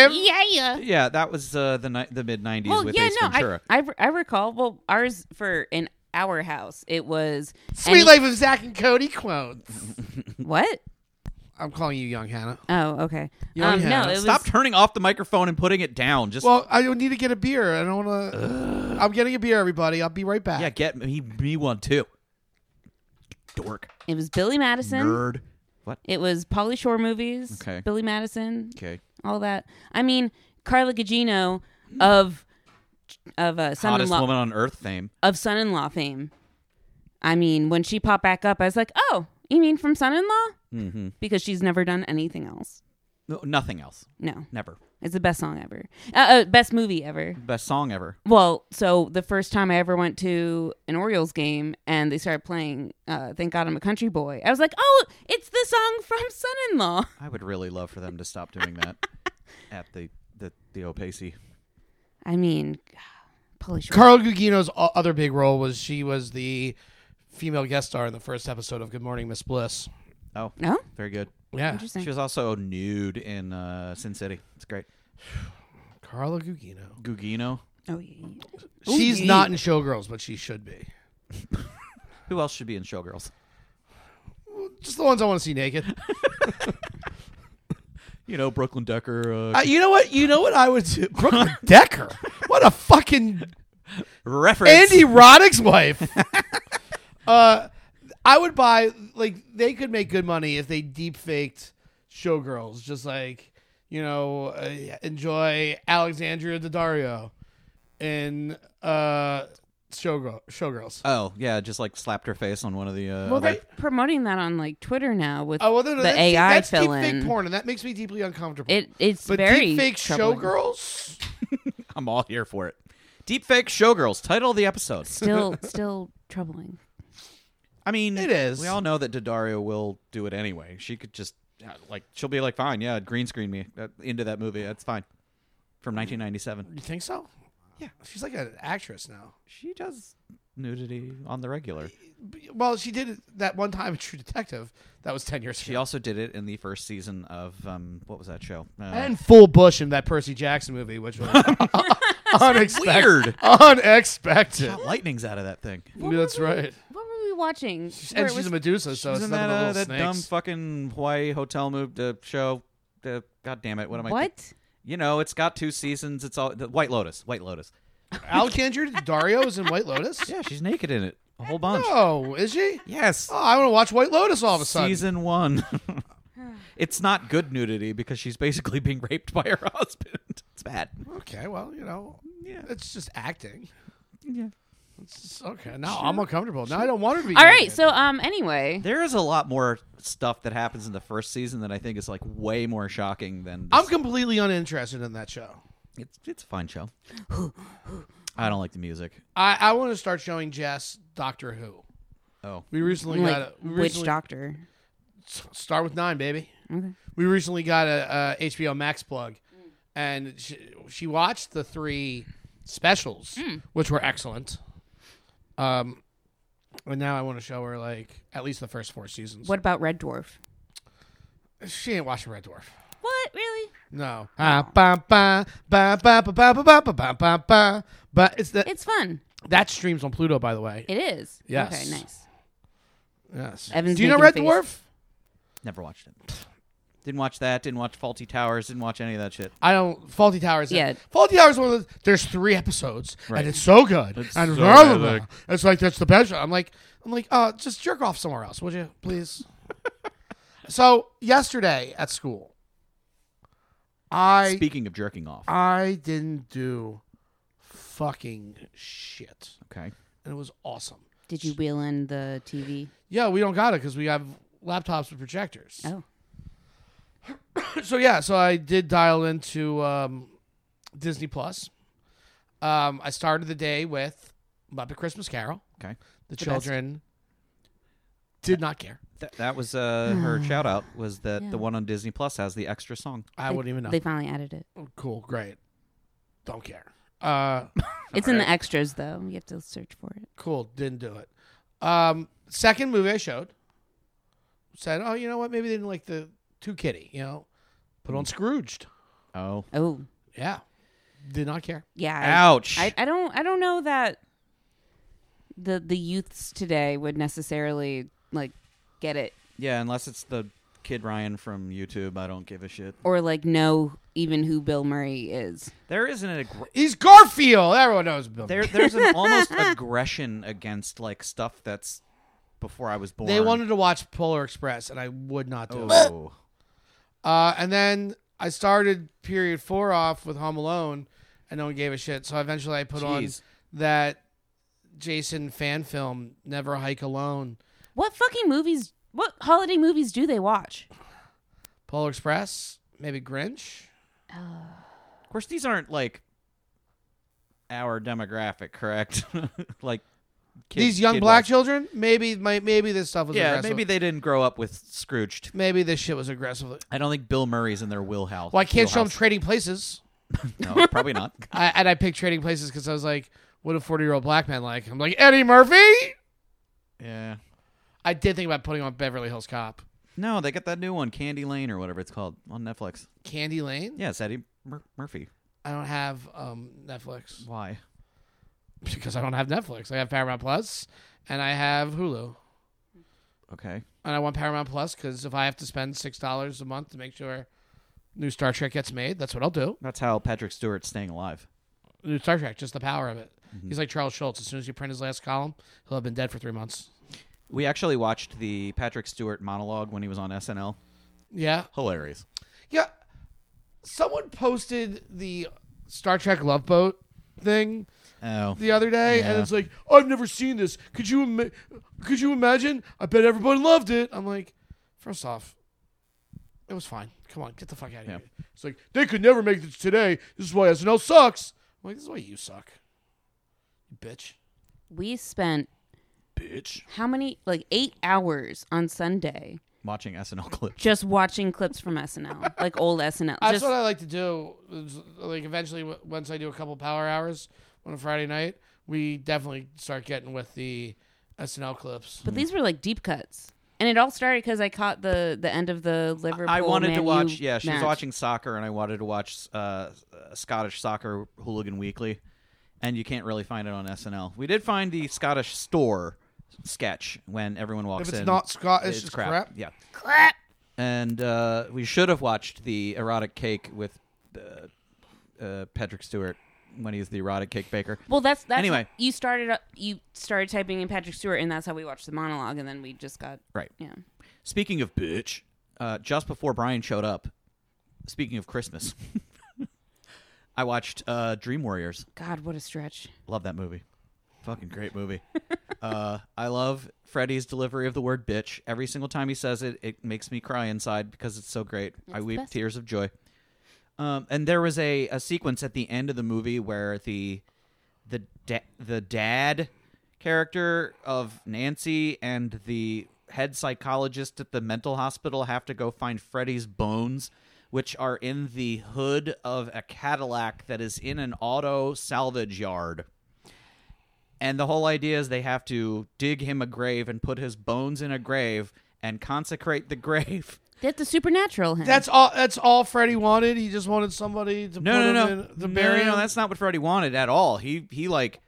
[SPEAKER 2] wife.
[SPEAKER 1] Yeah, yeah.
[SPEAKER 4] Yeah, that was uh, the ni- the mid 90s
[SPEAKER 1] Well,
[SPEAKER 4] with
[SPEAKER 1] yeah,
[SPEAKER 4] Ace
[SPEAKER 1] no, I,
[SPEAKER 4] Ventura.
[SPEAKER 1] I I recall. Well, ours for in our house, it was
[SPEAKER 2] Sweet
[SPEAKER 1] any-
[SPEAKER 2] life of Zach and Cody quotes.
[SPEAKER 1] What?
[SPEAKER 2] I'm calling you young Hannah. Oh,
[SPEAKER 1] Oh, okay.
[SPEAKER 2] Yeah,
[SPEAKER 1] um,
[SPEAKER 2] yeah.
[SPEAKER 1] no, it
[SPEAKER 4] Stop
[SPEAKER 1] was.
[SPEAKER 4] turning off the microphone and putting it down. Just
[SPEAKER 2] Well, I need to get a beer. I don't want to. I'm getting a beer, everybody. I'll be right back.
[SPEAKER 4] yeah, get me me one too. Dork.
[SPEAKER 1] It was Billy Madison.
[SPEAKER 4] Nerd. What?
[SPEAKER 1] It was Polly Shore movies.
[SPEAKER 4] Okay.
[SPEAKER 1] Billy Madison.
[SPEAKER 4] Okay.
[SPEAKER 1] All that. I mean, Carla Gugino of of uh,
[SPEAKER 4] Hottest
[SPEAKER 1] son-in-law
[SPEAKER 4] woman on earth fame.
[SPEAKER 1] of son-in-law fame. I mean, when she popped back up, I was like, "Oh, you mean from son-in-law?" Mm-hmm. Because she's never done anything else.
[SPEAKER 4] No, nothing else.
[SPEAKER 1] No,
[SPEAKER 4] Never.
[SPEAKER 1] it's the best song ever. Uh, uh, best movie ever.
[SPEAKER 4] Best song ever.
[SPEAKER 1] Well, so the first time I ever went to an Orioles game and they started playing uh, Thank God I'm a Country Boy, I was like, oh, it's the song from Son in Law.
[SPEAKER 4] I would really love for them to stop doing that at the the the Opacy.
[SPEAKER 1] <laughs> I mean, <sighs> Polly Shore.
[SPEAKER 2] Carl Gugino's o- other big role was she was the female guest star in the first episode of Good Morning Miss Bliss.
[SPEAKER 4] Oh,
[SPEAKER 1] no?
[SPEAKER 4] very good.
[SPEAKER 2] Yeah,
[SPEAKER 1] Interesting.
[SPEAKER 4] She was also nude in uh, Sin City. It's great.
[SPEAKER 2] Carla Gugino.
[SPEAKER 4] Gugino.
[SPEAKER 1] oh, yeah. yeah.
[SPEAKER 2] She's not in Showgirls, but she should be.
[SPEAKER 4] Who else should be in Showgirls?
[SPEAKER 2] Just the ones I want to see naked. <laughs>
[SPEAKER 4] You know, Brooklyn Decker, uh,
[SPEAKER 2] Uh, you know what? You know what I would do? Brooklyn Decker. What a fucking
[SPEAKER 4] reference.
[SPEAKER 2] Andy Roddick's
[SPEAKER 1] <laughs>
[SPEAKER 2] wife. uh, I would buy like they could make good money if they deep faked showgirls, just like you know, uh, enjoy Alexandria Daddario in uh, showgirl showgirls.
[SPEAKER 4] Oh yeah, just like slapped her face on one of the. Uh,
[SPEAKER 2] Well,
[SPEAKER 4] other-
[SPEAKER 2] they-
[SPEAKER 1] Promoting that on like Twitter now with
[SPEAKER 2] Oh well, no, no,
[SPEAKER 1] the
[SPEAKER 2] that's, deep-
[SPEAKER 1] AI
[SPEAKER 2] that's deep
[SPEAKER 1] fill
[SPEAKER 2] fake
[SPEAKER 1] in.
[SPEAKER 2] porn, and that makes me deeply uncomfortable.
[SPEAKER 1] It, it's
[SPEAKER 2] but
[SPEAKER 1] very
[SPEAKER 2] deep fake
[SPEAKER 1] troubling.
[SPEAKER 2] showgirls.
[SPEAKER 4] <laughs> I'm all here for it. Deepfake Showgirls. Title of the
[SPEAKER 1] <laughs>
[SPEAKER 4] episode.
[SPEAKER 2] <laughs>
[SPEAKER 1] Still, still troubling.
[SPEAKER 4] I mean,
[SPEAKER 2] It is.
[SPEAKER 4] We all know that Daddario will do it anyway. She could just uh, like she'll be like, fine, yeah, green screen me uh, into that movie. That's fine. From 1997,
[SPEAKER 2] You think so? Yeah, she's like an actress now.
[SPEAKER 4] she does nudity on the regular.
[SPEAKER 2] Well, she did it that one time in True Detective. That was ten years ago.
[SPEAKER 4] She also did it in the first season of um, what was that show? Uh,
[SPEAKER 2] and full bush in that Percy Jackson movie, which was <laughs> unexpected.
[SPEAKER 4] weird.
[SPEAKER 2] Unexpected.
[SPEAKER 4] Shot lightnings out of that thing.
[SPEAKER 2] That's right.
[SPEAKER 1] What were we watching? Where
[SPEAKER 2] And
[SPEAKER 1] it
[SPEAKER 2] she's
[SPEAKER 1] was-
[SPEAKER 2] a Medusa, so it's
[SPEAKER 4] Isn't
[SPEAKER 2] not
[SPEAKER 4] that
[SPEAKER 2] a
[SPEAKER 4] uh,
[SPEAKER 2] little
[SPEAKER 4] that dumb
[SPEAKER 2] snakes.
[SPEAKER 4] fucking Hawaii hotel move uh, show? Uh, God damn it! What am I?
[SPEAKER 1] what?
[SPEAKER 4] You know, it's got two seasons. It's all the White Lotus. White Lotus.
[SPEAKER 2] <laughs> Alexandra Dario is in White Lotus.
[SPEAKER 4] Yeah, she's naked in it. A whole bunch.
[SPEAKER 2] Oh, is she?
[SPEAKER 4] Yes.
[SPEAKER 2] Oh, I want to watch White Lotus all of a sudden.
[SPEAKER 4] Season one. <laughs> it's not good nudity because she's basically being raped by her <laughs> husband. It's bad.
[SPEAKER 2] Okay, well, you know,
[SPEAKER 4] Yeah.
[SPEAKER 2] it's just acting.
[SPEAKER 4] Yeah.
[SPEAKER 2] It's just- okay, now I'm uncomfortable. Now I don't want her to be.
[SPEAKER 1] All right.
[SPEAKER 2] naked.
[SPEAKER 1] So, um, anyway,
[SPEAKER 4] There is a lot more stuff that happens in the first season that I think is like way more shocking than.
[SPEAKER 2] I'm
[SPEAKER 4] This.
[SPEAKER 2] completely uninterested in that show.
[SPEAKER 4] It's it's a fine show. <gasps> I don't like the music.
[SPEAKER 2] I, I want to start showing Jess Doctor Who.
[SPEAKER 4] Oh.
[SPEAKER 2] We recently got
[SPEAKER 1] like,
[SPEAKER 2] a we
[SPEAKER 1] which
[SPEAKER 2] recently-
[SPEAKER 1] doctor?
[SPEAKER 2] Start with nine, baby. We recently got a, a HBO Max plug, and she, she watched the three specials,
[SPEAKER 1] Hmm.
[SPEAKER 2] which were excellent. Um, and now I want to show her like at least the first four seasons.
[SPEAKER 1] What about Red Dwarf?
[SPEAKER 2] She ain't watching Red Dwarf.
[SPEAKER 1] What really?
[SPEAKER 2] No. Ah, ba, ba, ba, ba, ba, ba, ba, ba, ba, ba, ba, ba. But it's that
[SPEAKER 1] It's fun.
[SPEAKER 2] that streams on Pluto, by the way.
[SPEAKER 1] It is.
[SPEAKER 2] Yes.
[SPEAKER 1] Okay. Nice.
[SPEAKER 2] Yes.
[SPEAKER 1] Evan's
[SPEAKER 2] Do you know Red
[SPEAKER 1] making a
[SPEAKER 2] Dwarf?
[SPEAKER 4] Never watched it. Didn't watch that. Didn't watch Faulty Towers. Didn't watch any of that shit.
[SPEAKER 2] I don't. Faulty Towers.
[SPEAKER 1] Yeah.
[SPEAKER 2] Faulty Towers. One of the, there's three episodes,
[SPEAKER 4] Right.
[SPEAKER 2] and it's so good.
[SPEAKER 4] It's
[SPEAKER 2] and
[SPEAKER 4] so
[SPEAKER 2] blah, blah, blah.
[SPEAKER 4] epic.
[SPEAKER 2] it's like that's the best. I'm like, I'm like, uh, just jerk off somewhere else, would you,
[SPEAKER 4] <laughs>
[SPEAKER 2] please? so yesterday at school, I
[SPEAKER 4] Speaking of jerking off.
[SPEAKER 2] I didn't do fucking shit,
[SPEAKER 4] Okay.
[SPEAKER 2] and it was awesome.
[SPEAKER 1] Did you wheel in the TV?
[SPEAKER 2] Yeah, we don't got it because we have laptops with projectors.
[SPEAKER 1] Oh,
[SPEAKER 2] so yeah, so I did dial into um, Disney Plus. Um, I started the day with Muppet Christmas Carol.
[SPEAKER 4] Okay.
[SPEAKER 2] The,
[SPEAKER 4] best.
[SPEAKER 2] children did not care.
[SPEAKER 4] Th- that was uh,
[SPEAKER 2] <sighs>
[SPEAKER 4] her shout out was that the one on Disney Plus has the extra song.
[SPEAKER 2] I
[SPEAKER 1] They-
[SPEAKER 2] wouldn't even know.
[SPEAKER 1] They finally added it.
[SPEAKER 2] cool, great. Don't care. Uh,
[SPEAKER 1] It's in the extras though. You have to search for it.
[SPEAKER 2] cool, didn't do it. Um, second movie I showed said, oh, you know what? Maybe they didn't like the Too Kitty. You know, put on Scrooged.
[SPEAKER 4] Oh.
[SPEAKER 1] Oh
[SPEAKER 2] Yeah, did not care.
[SPEAKER 1] yeah. I-
[SPEAKER 4] Ouch.
[SPEAKER 1] I, I don't I don't know that the the youths today would necessarily like get it
[SPEAKER 4] yeah, unless it's the kid Ryan from YouTube, I don't give a shit.
[SPEAKER 1] or like know even who Bill Murray is.
[SPEAKER 4] There isn't a gr-
[SPEAKER 2] He's Garfield. Everyone knows
[SPEAKER 4] <laughs>
[SPEAKER 2] Bill.
[SPEAKER 4] there there's an almost aggression against like stuff that's before I was born.
[SPEAKER 2] They wanted to watch Polar Express, and I would not do it.
[SPEAKER 4] Oh.
[SPEAKER 2] Uh, and then I started period four off with Home Alone, and no one gave a shit. So eventually, I put
[SPEAKER 4] Jeez.
[SPEAKER 2] on that Jason fan film, Never Hike Alone,
[SPEAKER 1] What fucking movies what holiday movies do they watch?
[SPEAKER 2] Polar Express, maybe Grinch.
[SPEAKER 4] Of course, these aren't like our demographic, correct? <laughs> like kid-
[SPEAKER 2] These young
[SPEAKER 4] kid
[SPEAKER 2] black
[SPEAKER 4] watch-
[SPEAKER 2] children, maybe my, maybe this stuff was
[SPEAKER 4] Yeah,
[SPEAKER 2] aggressive.
[SPEAKER 4] maybe they didn't grow up with Scrooged.
[SPEAKER 2] maybe this shit was aggressive.
[SPEAKER 4] I don't think Bill Murray's in their wheelhouse.
[SPEAKER 2] Well, I can't show them
[SPEAKER 4] wheelhouse.
[SPEAKER 2] Trading Places,
[SPEAKER 4] no, probably
[SPEAKER 2] <laughs>
[SPEAKER 4] not.
[SPEAKER 2] I, and I picked Trading Places because I was like, what a forty year old black man like? I'm like Eddie Murphy.
[SPEAKER 4] Yeah.
[SPEAKER 2] I did think about putting on Beverly Hills Cop,
[SPEAKER 4] No, they got that new one, Candy Lane or whatever it's called, on Netflix.
[SPEAKER 2] Candy Lane.
[SPEAKER 4] Yeah, it's Eddie Mur- Murphy.
[SPEAKER 2] I don't have um, Netflix. <laughs>
[SPEAKER 4] Why?
[SPEAKER 2] because I don't have Netflix. I have Paramount Plus and I have Hulu.
[SPEAKER 4] Okay.
[SPEAKER 2] And I want Paramount Plus because if I have to spend $6 a month to make sure new Star Trek gets made, that's what I'll do.
[SPEAKER 4] That's how Patrick Stewart's staying alive.
[SPEAKER 2] New Star Trek, just the power of it. He's like Charles Schultz. As soon as you print his last column, he'll have been dead for three months.
[SPEAKER 4] We actually watched the Patrick Stewart monologue when he was on SNL.
[SPEAKER 2] Yeah.
[SPEAKER 4] Hilarious.
[SPEAKER 2] Yeah. Someone posted the Star Trek Love Boat thing
[SPEAKER 4] Oh.
[SPEAKER 2] the other day, and
[SPEAKER 4] Yeah.
[SPEAKER 2] it's like, I've never seen this. Could you ima- could you imagine? I bet everybody loved it. I'm like, first off, it was fine. Come on, get the fuck out of
[SPEAKER 4] Yeah.
[SPEAKER 2] here. It's like they could never make this today. This is why SNL sucks. I'm like, this is why you suck, you bitch.
[SPEAKER 1] We spent
[SPEAKER 3] Bitch.
[SPEAKER 1] how many like 8 hours on Sunday
[SPEAKER 4] Watching SNL clips.
[SPEAKER 1] just watching clips from SNL, like old SNL.
[SPEAKER 2] That's
[SPEAKER 1] just
[SPEAKER 2] what I like to do. is, Like eventually, w- once I do a couple power hours on a Friday night, we definitely start getting with the SNL clips.
[SPEAKER 4] Hmm.
[SPEAKER 1] But these were like deep cuts. And it all started because I caught the the end of the Liverpool.
[SPEAKER 4] I wanted to
[SPEAKER 1] Man U
[SPEAKER 4] watch, yeah, she was
[SPEAKER 1] match.
[SPEAKER 4] watching soccer, and I wanted to watch uh, Scottish Soccer Hooligan Weekly, and you can't really find it on SNL. We did find the Scottish store sketch when everyone walks
[SPEAKER 2] If it's
[SPEAKER 4] in.
[SPEAKER 2] not Scottish,
[SPEAKER 4] it's
[SPEAKER 2] it's
[SPEAKER 4] crap.
[SPEAKER 2] crap.
[SPEAKER 4] Yeah.
[SPEAKER 1] Crap.
[SPEAKER 4] And uh, we should have watched the erotic cake with uh, uh, Patrick Stewart when he's the erotic cake baker.
[SPEAKER 1] Well, that's that's
[SPEAKER 4] Anyway.
[SPEAKER 1] You started up- you started typing in Patrick Stewart, and that's how we watched the monologue, and then we just got
[SPEAKER 4] Right.
[SPEAKER 1] yeah.
[SPEAKER 4] Speaking of bitch, uh, just before Brian showed up, speaking of Christmas, <laughs> I watched uh, Dream Warriors.
[SPEAKER 1] God, what a stretch.
[SPEAKER 4] Love that movie. Fucking great movie. <laughs> uh, I love Freddie's delivery of the word bitch. Every single time he says it, it makes me cry inside because it's so great. I
[SPEAKER 1] the
[SPEAKER 4] weep
[SPEAKER 1] best.
[SPEAKER 4] tears of joy. Um, and there was a, a sequence at the end of the movie where the the da- the dad character of Nancy and the head psychologist at the mental hospital have to go find Freddy's bones, which are in the hood of a Cadillac that is in an auto salvage yard. And the whole idea is they have to dig him a grave and put his bones in a grave and consecrate the grave. <laughs>
[SPEAKER 1] That's the supernatural. Him.
[SPEAKER 2] That's all. That's all Freddie wanted. He just wanted somebody to put
[SPEAKER 4] No, no,
[SPEAKER 2] him
[SPEAKER 4] no.
[SPEAKER 2] in the
[SPEAKER 4] no,
[SPEAKER 2] bury
[SPEAKER 4] no, no,
[SPEAKER 2] him.
[SPEAKER 4] that's not what Freddy wanted at all. He he like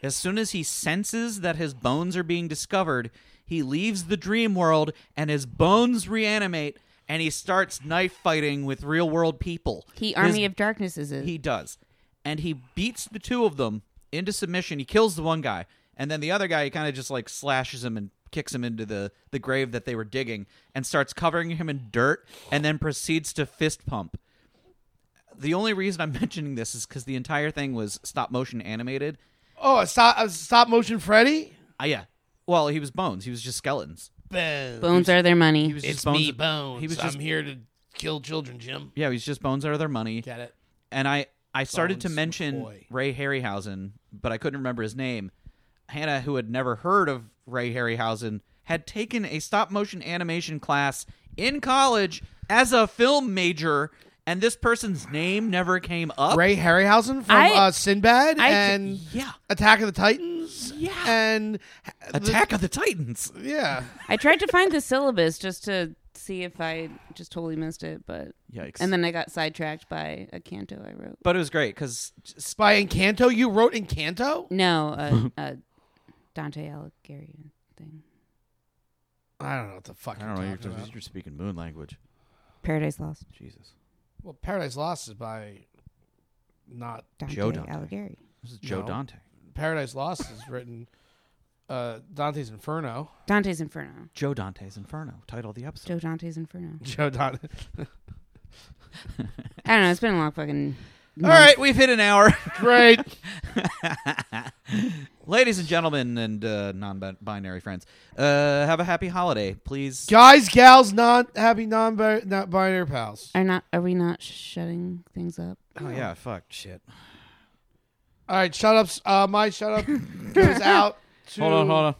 [SPEAKER 4] as soon as he senses that his bones are being discovered, he leaves the dream world and his bones reanimate and he starts knife fighting with real world people.
[SPEAKER 1] he
[SPEAKER 4] His-
[SPEAKER 1] Army of Darkness is it?
[SPEAKER 4] he does. And he beats the two of them into submission. He kills the one guy. And then the other guy, he kind of just like slashes him and kicks him into the, the grave that they were digging and starts covering him in dirt and then proceeds to fist pump. The only reason I'm <laughs> mentioning this is because the entire thing was stop motion animated.
[SPEAKER 2] Oh, a stop, a stop motion Freddy.
[SPEAKER 4] Ah, yeah. Well, he was bones. He was just skeletons.
[SPEAKER 2] Boom.
[SPEAKER 1] Bones are their money.
[SPEAKER 4] He was just
[SPEAKER 2] It's
[SPEAKER 4] bones.
[SPEAKER 2] me, Bones.
[SPEAKER 4] He was just
[SPEAKER 2] I'm here to kill children, Jim.
[SPEAKER 4] yeah. He was just bones out of their money.
[SPEAKER 2] Get it?
[SPEAKER 4] and I I started to
[SPEAKER 2] Bones
[SPEAKER 4] mention
[SPEAKER 2] McCoy.
[SPEAKER 4] Ray Harryhausen, but I couldn't remember his name. Hannah, who had never heard of Ray Harryhausen, had taken a stop motion animation class in college as a film major, and this person's name never came up.
[SPEAKER 2] Ray Harryhausen from
[SPEAKER 1] I-
[SPEAKER 2] uh, Sinbad
[SPEAKER 1] I-
[SPEAKER 2] and
[SPEAKER 4] Yeah.
[SPEAKER 2] Attack of the Titans.
[SPEAKER 4] Yeah.
[SPEAKER 2] and
[SPEAKER 4] Attack of the Titans.
[SPEAKER 2] the- yeah,
[SPEAKER 1] I tried to find the syllabus just to see if I just totally missed it, but
[SPEAKER 4] Yikes.
[SPEAKER 1] and then I got sidetracked by a canto I wrote.
[SPEAKER 4] but it was great because
[SPEAKER 2] by Encanto. You wrote Encanto.
[SPEAKER 1] No,
[SPEAKER 4] <laughs>
[SPEAKER 1] a, a Dante Alighieri thing.
[SPEAKER 2] I don't know what the fuck.
[SPEAKER 4] I
[SPEAKER 2] you're
[SPEAKER 4] don't know. You're,
[SPEAKER 2] talking about.
[SPEAKER 4] you're speaking moon language.
[SPEAKER 1] Paradise Lost.
[SPEAKER 4] Jesus.
[SPEAKER 2] Well, Paradise Lost is by not
[SPEAKER 1] Dante,
[SPEAKER 4] Joe Dante.
[SPEAKER 1] Alighieri.
[SPEAKER 4] This is Joe
[SPEAKER 2] No.
[SPEAKER 4] Dante.
[SPEAKER 2] Paradise Lost is written uh, Dante's Inferno. <laughs>
[SPEAKER 1] Dante's Inferno.
[SPEAKER 4] Joe Dante's Inferno. Title of the episode.
[SPEAKER 1] Joe Dante's Inferno.
[SPEAKER 2] Joe Dante.
[SPEAKER 1] I don't know. It's been a long fucking.
[SPEAKER 4] All right, we've hit an hour. <laughs>
[SPEAKER 2] Great.
[SPEAKER 4] Ladies and gentlemen and uh, non-binary friends, uh, have a happy holiday, please.
[SPEAKER 2] Guys, gals, non happy non binary pals.
[SPEAKER 1] Are not? Are we not shutting things up?
[SPEAKER 4] Oh yeah, fuck shit.
[SPEAKER 2] All right, shut ups. Uh, my shut up goes
[SPEAKER 4] <laughs>
[SPEAKER 2] out. To,
[SPEAKER 4] on.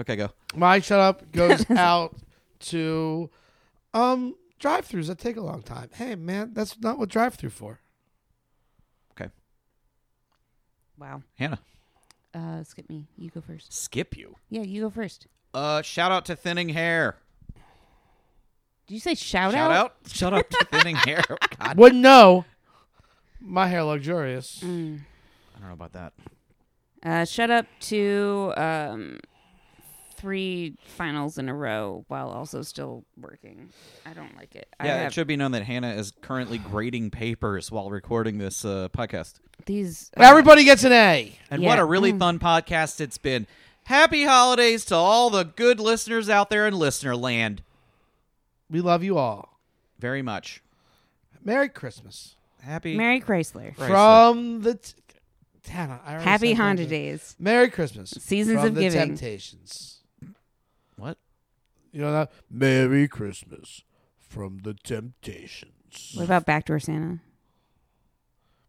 [SPEAKER 4] Okay, go.
[SPEAKER 2] My shut up
[SPEAKER 1] <laughs>
[SPEAKER 2] goes out to um drive throughs that take a long time. Hey man, that's not what drive through for.
[SPEAKER 4] Okay,
[SPEAKER 1] Wow.
[SPEAKER 4] Hannah,
[SPEAKER 1] Uh, skip me. You go first.
[SPEAKER 4] skip you.
[SPEAKER 1] Yeah, you go first.
[SPEAKER 4] Uh, shout out to thinning hair.
[SPEAKER 1] Did you say shout,
[SPEAKER 4] Shout out. Shout out to <laughs> thinning hair. God,
[SPEAKER 2] Wouldn't know. My hair luxurious.
[SPEAKER 1] Mm.
[SPEAKER 4] I don't know about that.
[SPEAKER 1] Uh, shut up to um, three finals in a row while also still working. I don't like it. I
[SPEAKER 4] Yeah,
[SPEAKER 1] have
[SPEAKER 4] it should be known that Hannah is currently grading papers while recording this uh, podcast.
[SPEAKER 1] these. uh,
[SPEAKER 2] Everybody gets an A.
[SPEAKER 4] And Mm.
[SPEAKER 1] Yeah.
[SPEAKER 4] what a really fun podcast it's been. Happy holidays to all the good listeners out there in listener land.
[SPEAKER 2] We love you all.
[SPEAKER 4] Very much.
[SPEAKER 2] Merry Christmas
[SPEAKER 4] Happy
[SPEAKER 1] Mary Chrysler.
[SPEAKER 4] Chrysler.
[SPEAKER 2] from the. T- Tana, I already
[SPEAKER 1] Happy
[SPEAKER 2] said
[SPEAKER 1] Honda
[SPEAKER 2] that.
[SPEAKER 1] days.
[SPEAKER 2] Merry Christmas.
[SPEAKER 1] Seasons
[SPEAKER 2] from
[SPEAKER 1] of
[SPEAKER 2] the
[SPEAKER 1] giving.
[SPEAKER 2] Temptations.
[SPEAKER 4] What?
[SPEAKER 2] You know that. Merry Christmas from the Temptations.
[SPEAKER 1] What about Backdoor Santa?
[SPEAKER 4] Oh,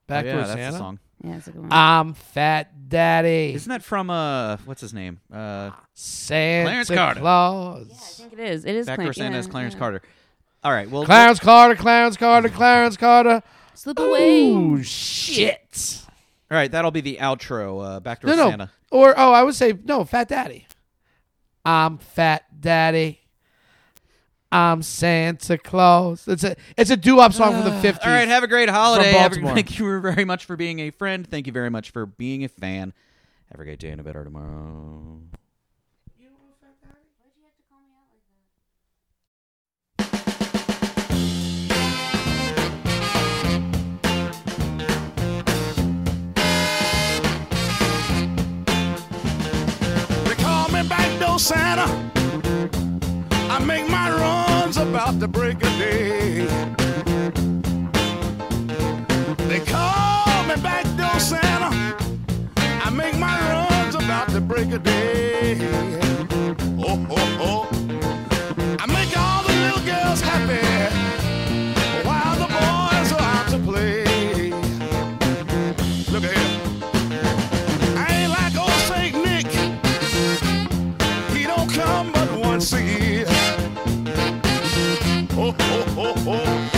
[SPEAKER 2] Backwards
[SPEAKER 4] yeah, that's
[SPEAKER 2] Santa.
[SPEAKER 4] the song.
[SPEAKER 1] Yeah, it's a good
[SPEAKER 4] Ah.
[SPEAKER 1] one.
[SPEAKER 2] I'm Fat Daddy.
[SPEAKER 4] Isn't that from uh what's his name? Uh
[SPEAKER 2] Santa
[SPEAKER 4] Clarence Carter.
[SPEAKER 2] Claus.
[SPEAKER 1] I think it is. It is.
[SPEAKER 4] Back Backdoor
[SPEAKER 1] Clarence-
[SPEAKER 4] Santa is
[SPEAKER 1] yeah,
[SPEAKER 4] Clarence
[SPEAKER 1] yeah.
[SPEAKER 4] Carter. All right, well
[SPEAKER 2] Clarence Carter, Clarence Carter, Clarence Carter.
[SPEAKER 1] Slip away.
[SPEAKER 2] Oh shit!
[SPEAKER 4] all right, that'll be the outro, uh Backdoor
[SPEAKER 2] No, no.
[SPEAKER 4] Santa.
[SPEAKER 2] Or oh, I would say no, Fat Daddy. I'm Fat Daddy. I'm Santa Claus. It's a it's a doo wop song from the fifties.
[SPEAKER 4] All right, have a great holiday.
[SPEAKER 2] From
[SPEAKER 4] everyone. <laughs>
[SPEAKER 2] Baltimore.
[SPEAKER 4] Thank you very much for being a friend. Thank you very much for being a fan. Have a great day and a better tomorrow.
[SPEAKER 5] They call me back door Santa. I make my runs about the break of day. They call me back door Santa. I make my runs about the break of day. Oh, oh, oh. I make all the little girls happy while the boys are out to play. Look at here. I ain't like old Saint Nick. He don't come but once a year. Oh, Ho, ho, ho, ho. oh.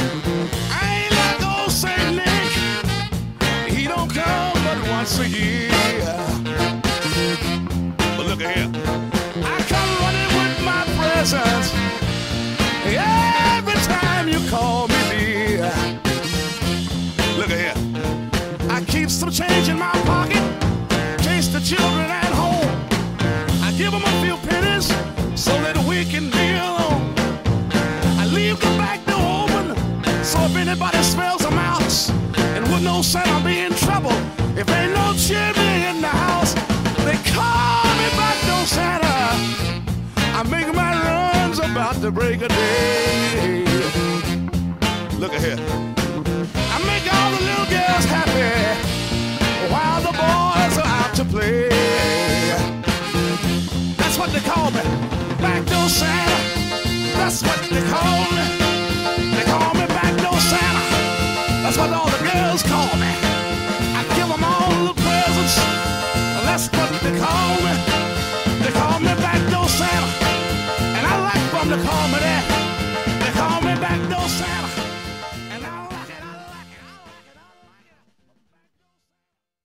[SPEAKER 5] I ain't like old Saint Nick. He don't come but once a year. But look at here. I come running with my presents. Every time you call me dear. Look at here. I keep some change in my pocket. in Case the children at home. I give them a few pennies so that we can be alone. I leave the back door open so if anybody smells them out. And with no sound, I'll be in trouble if ain't no chimney in the house. They call me back door Santa. I make my runs about the break of day. Look at here. I make all the little girls happy while the boys are out to play. That's what they call me. Back door Santa. That's what they call me.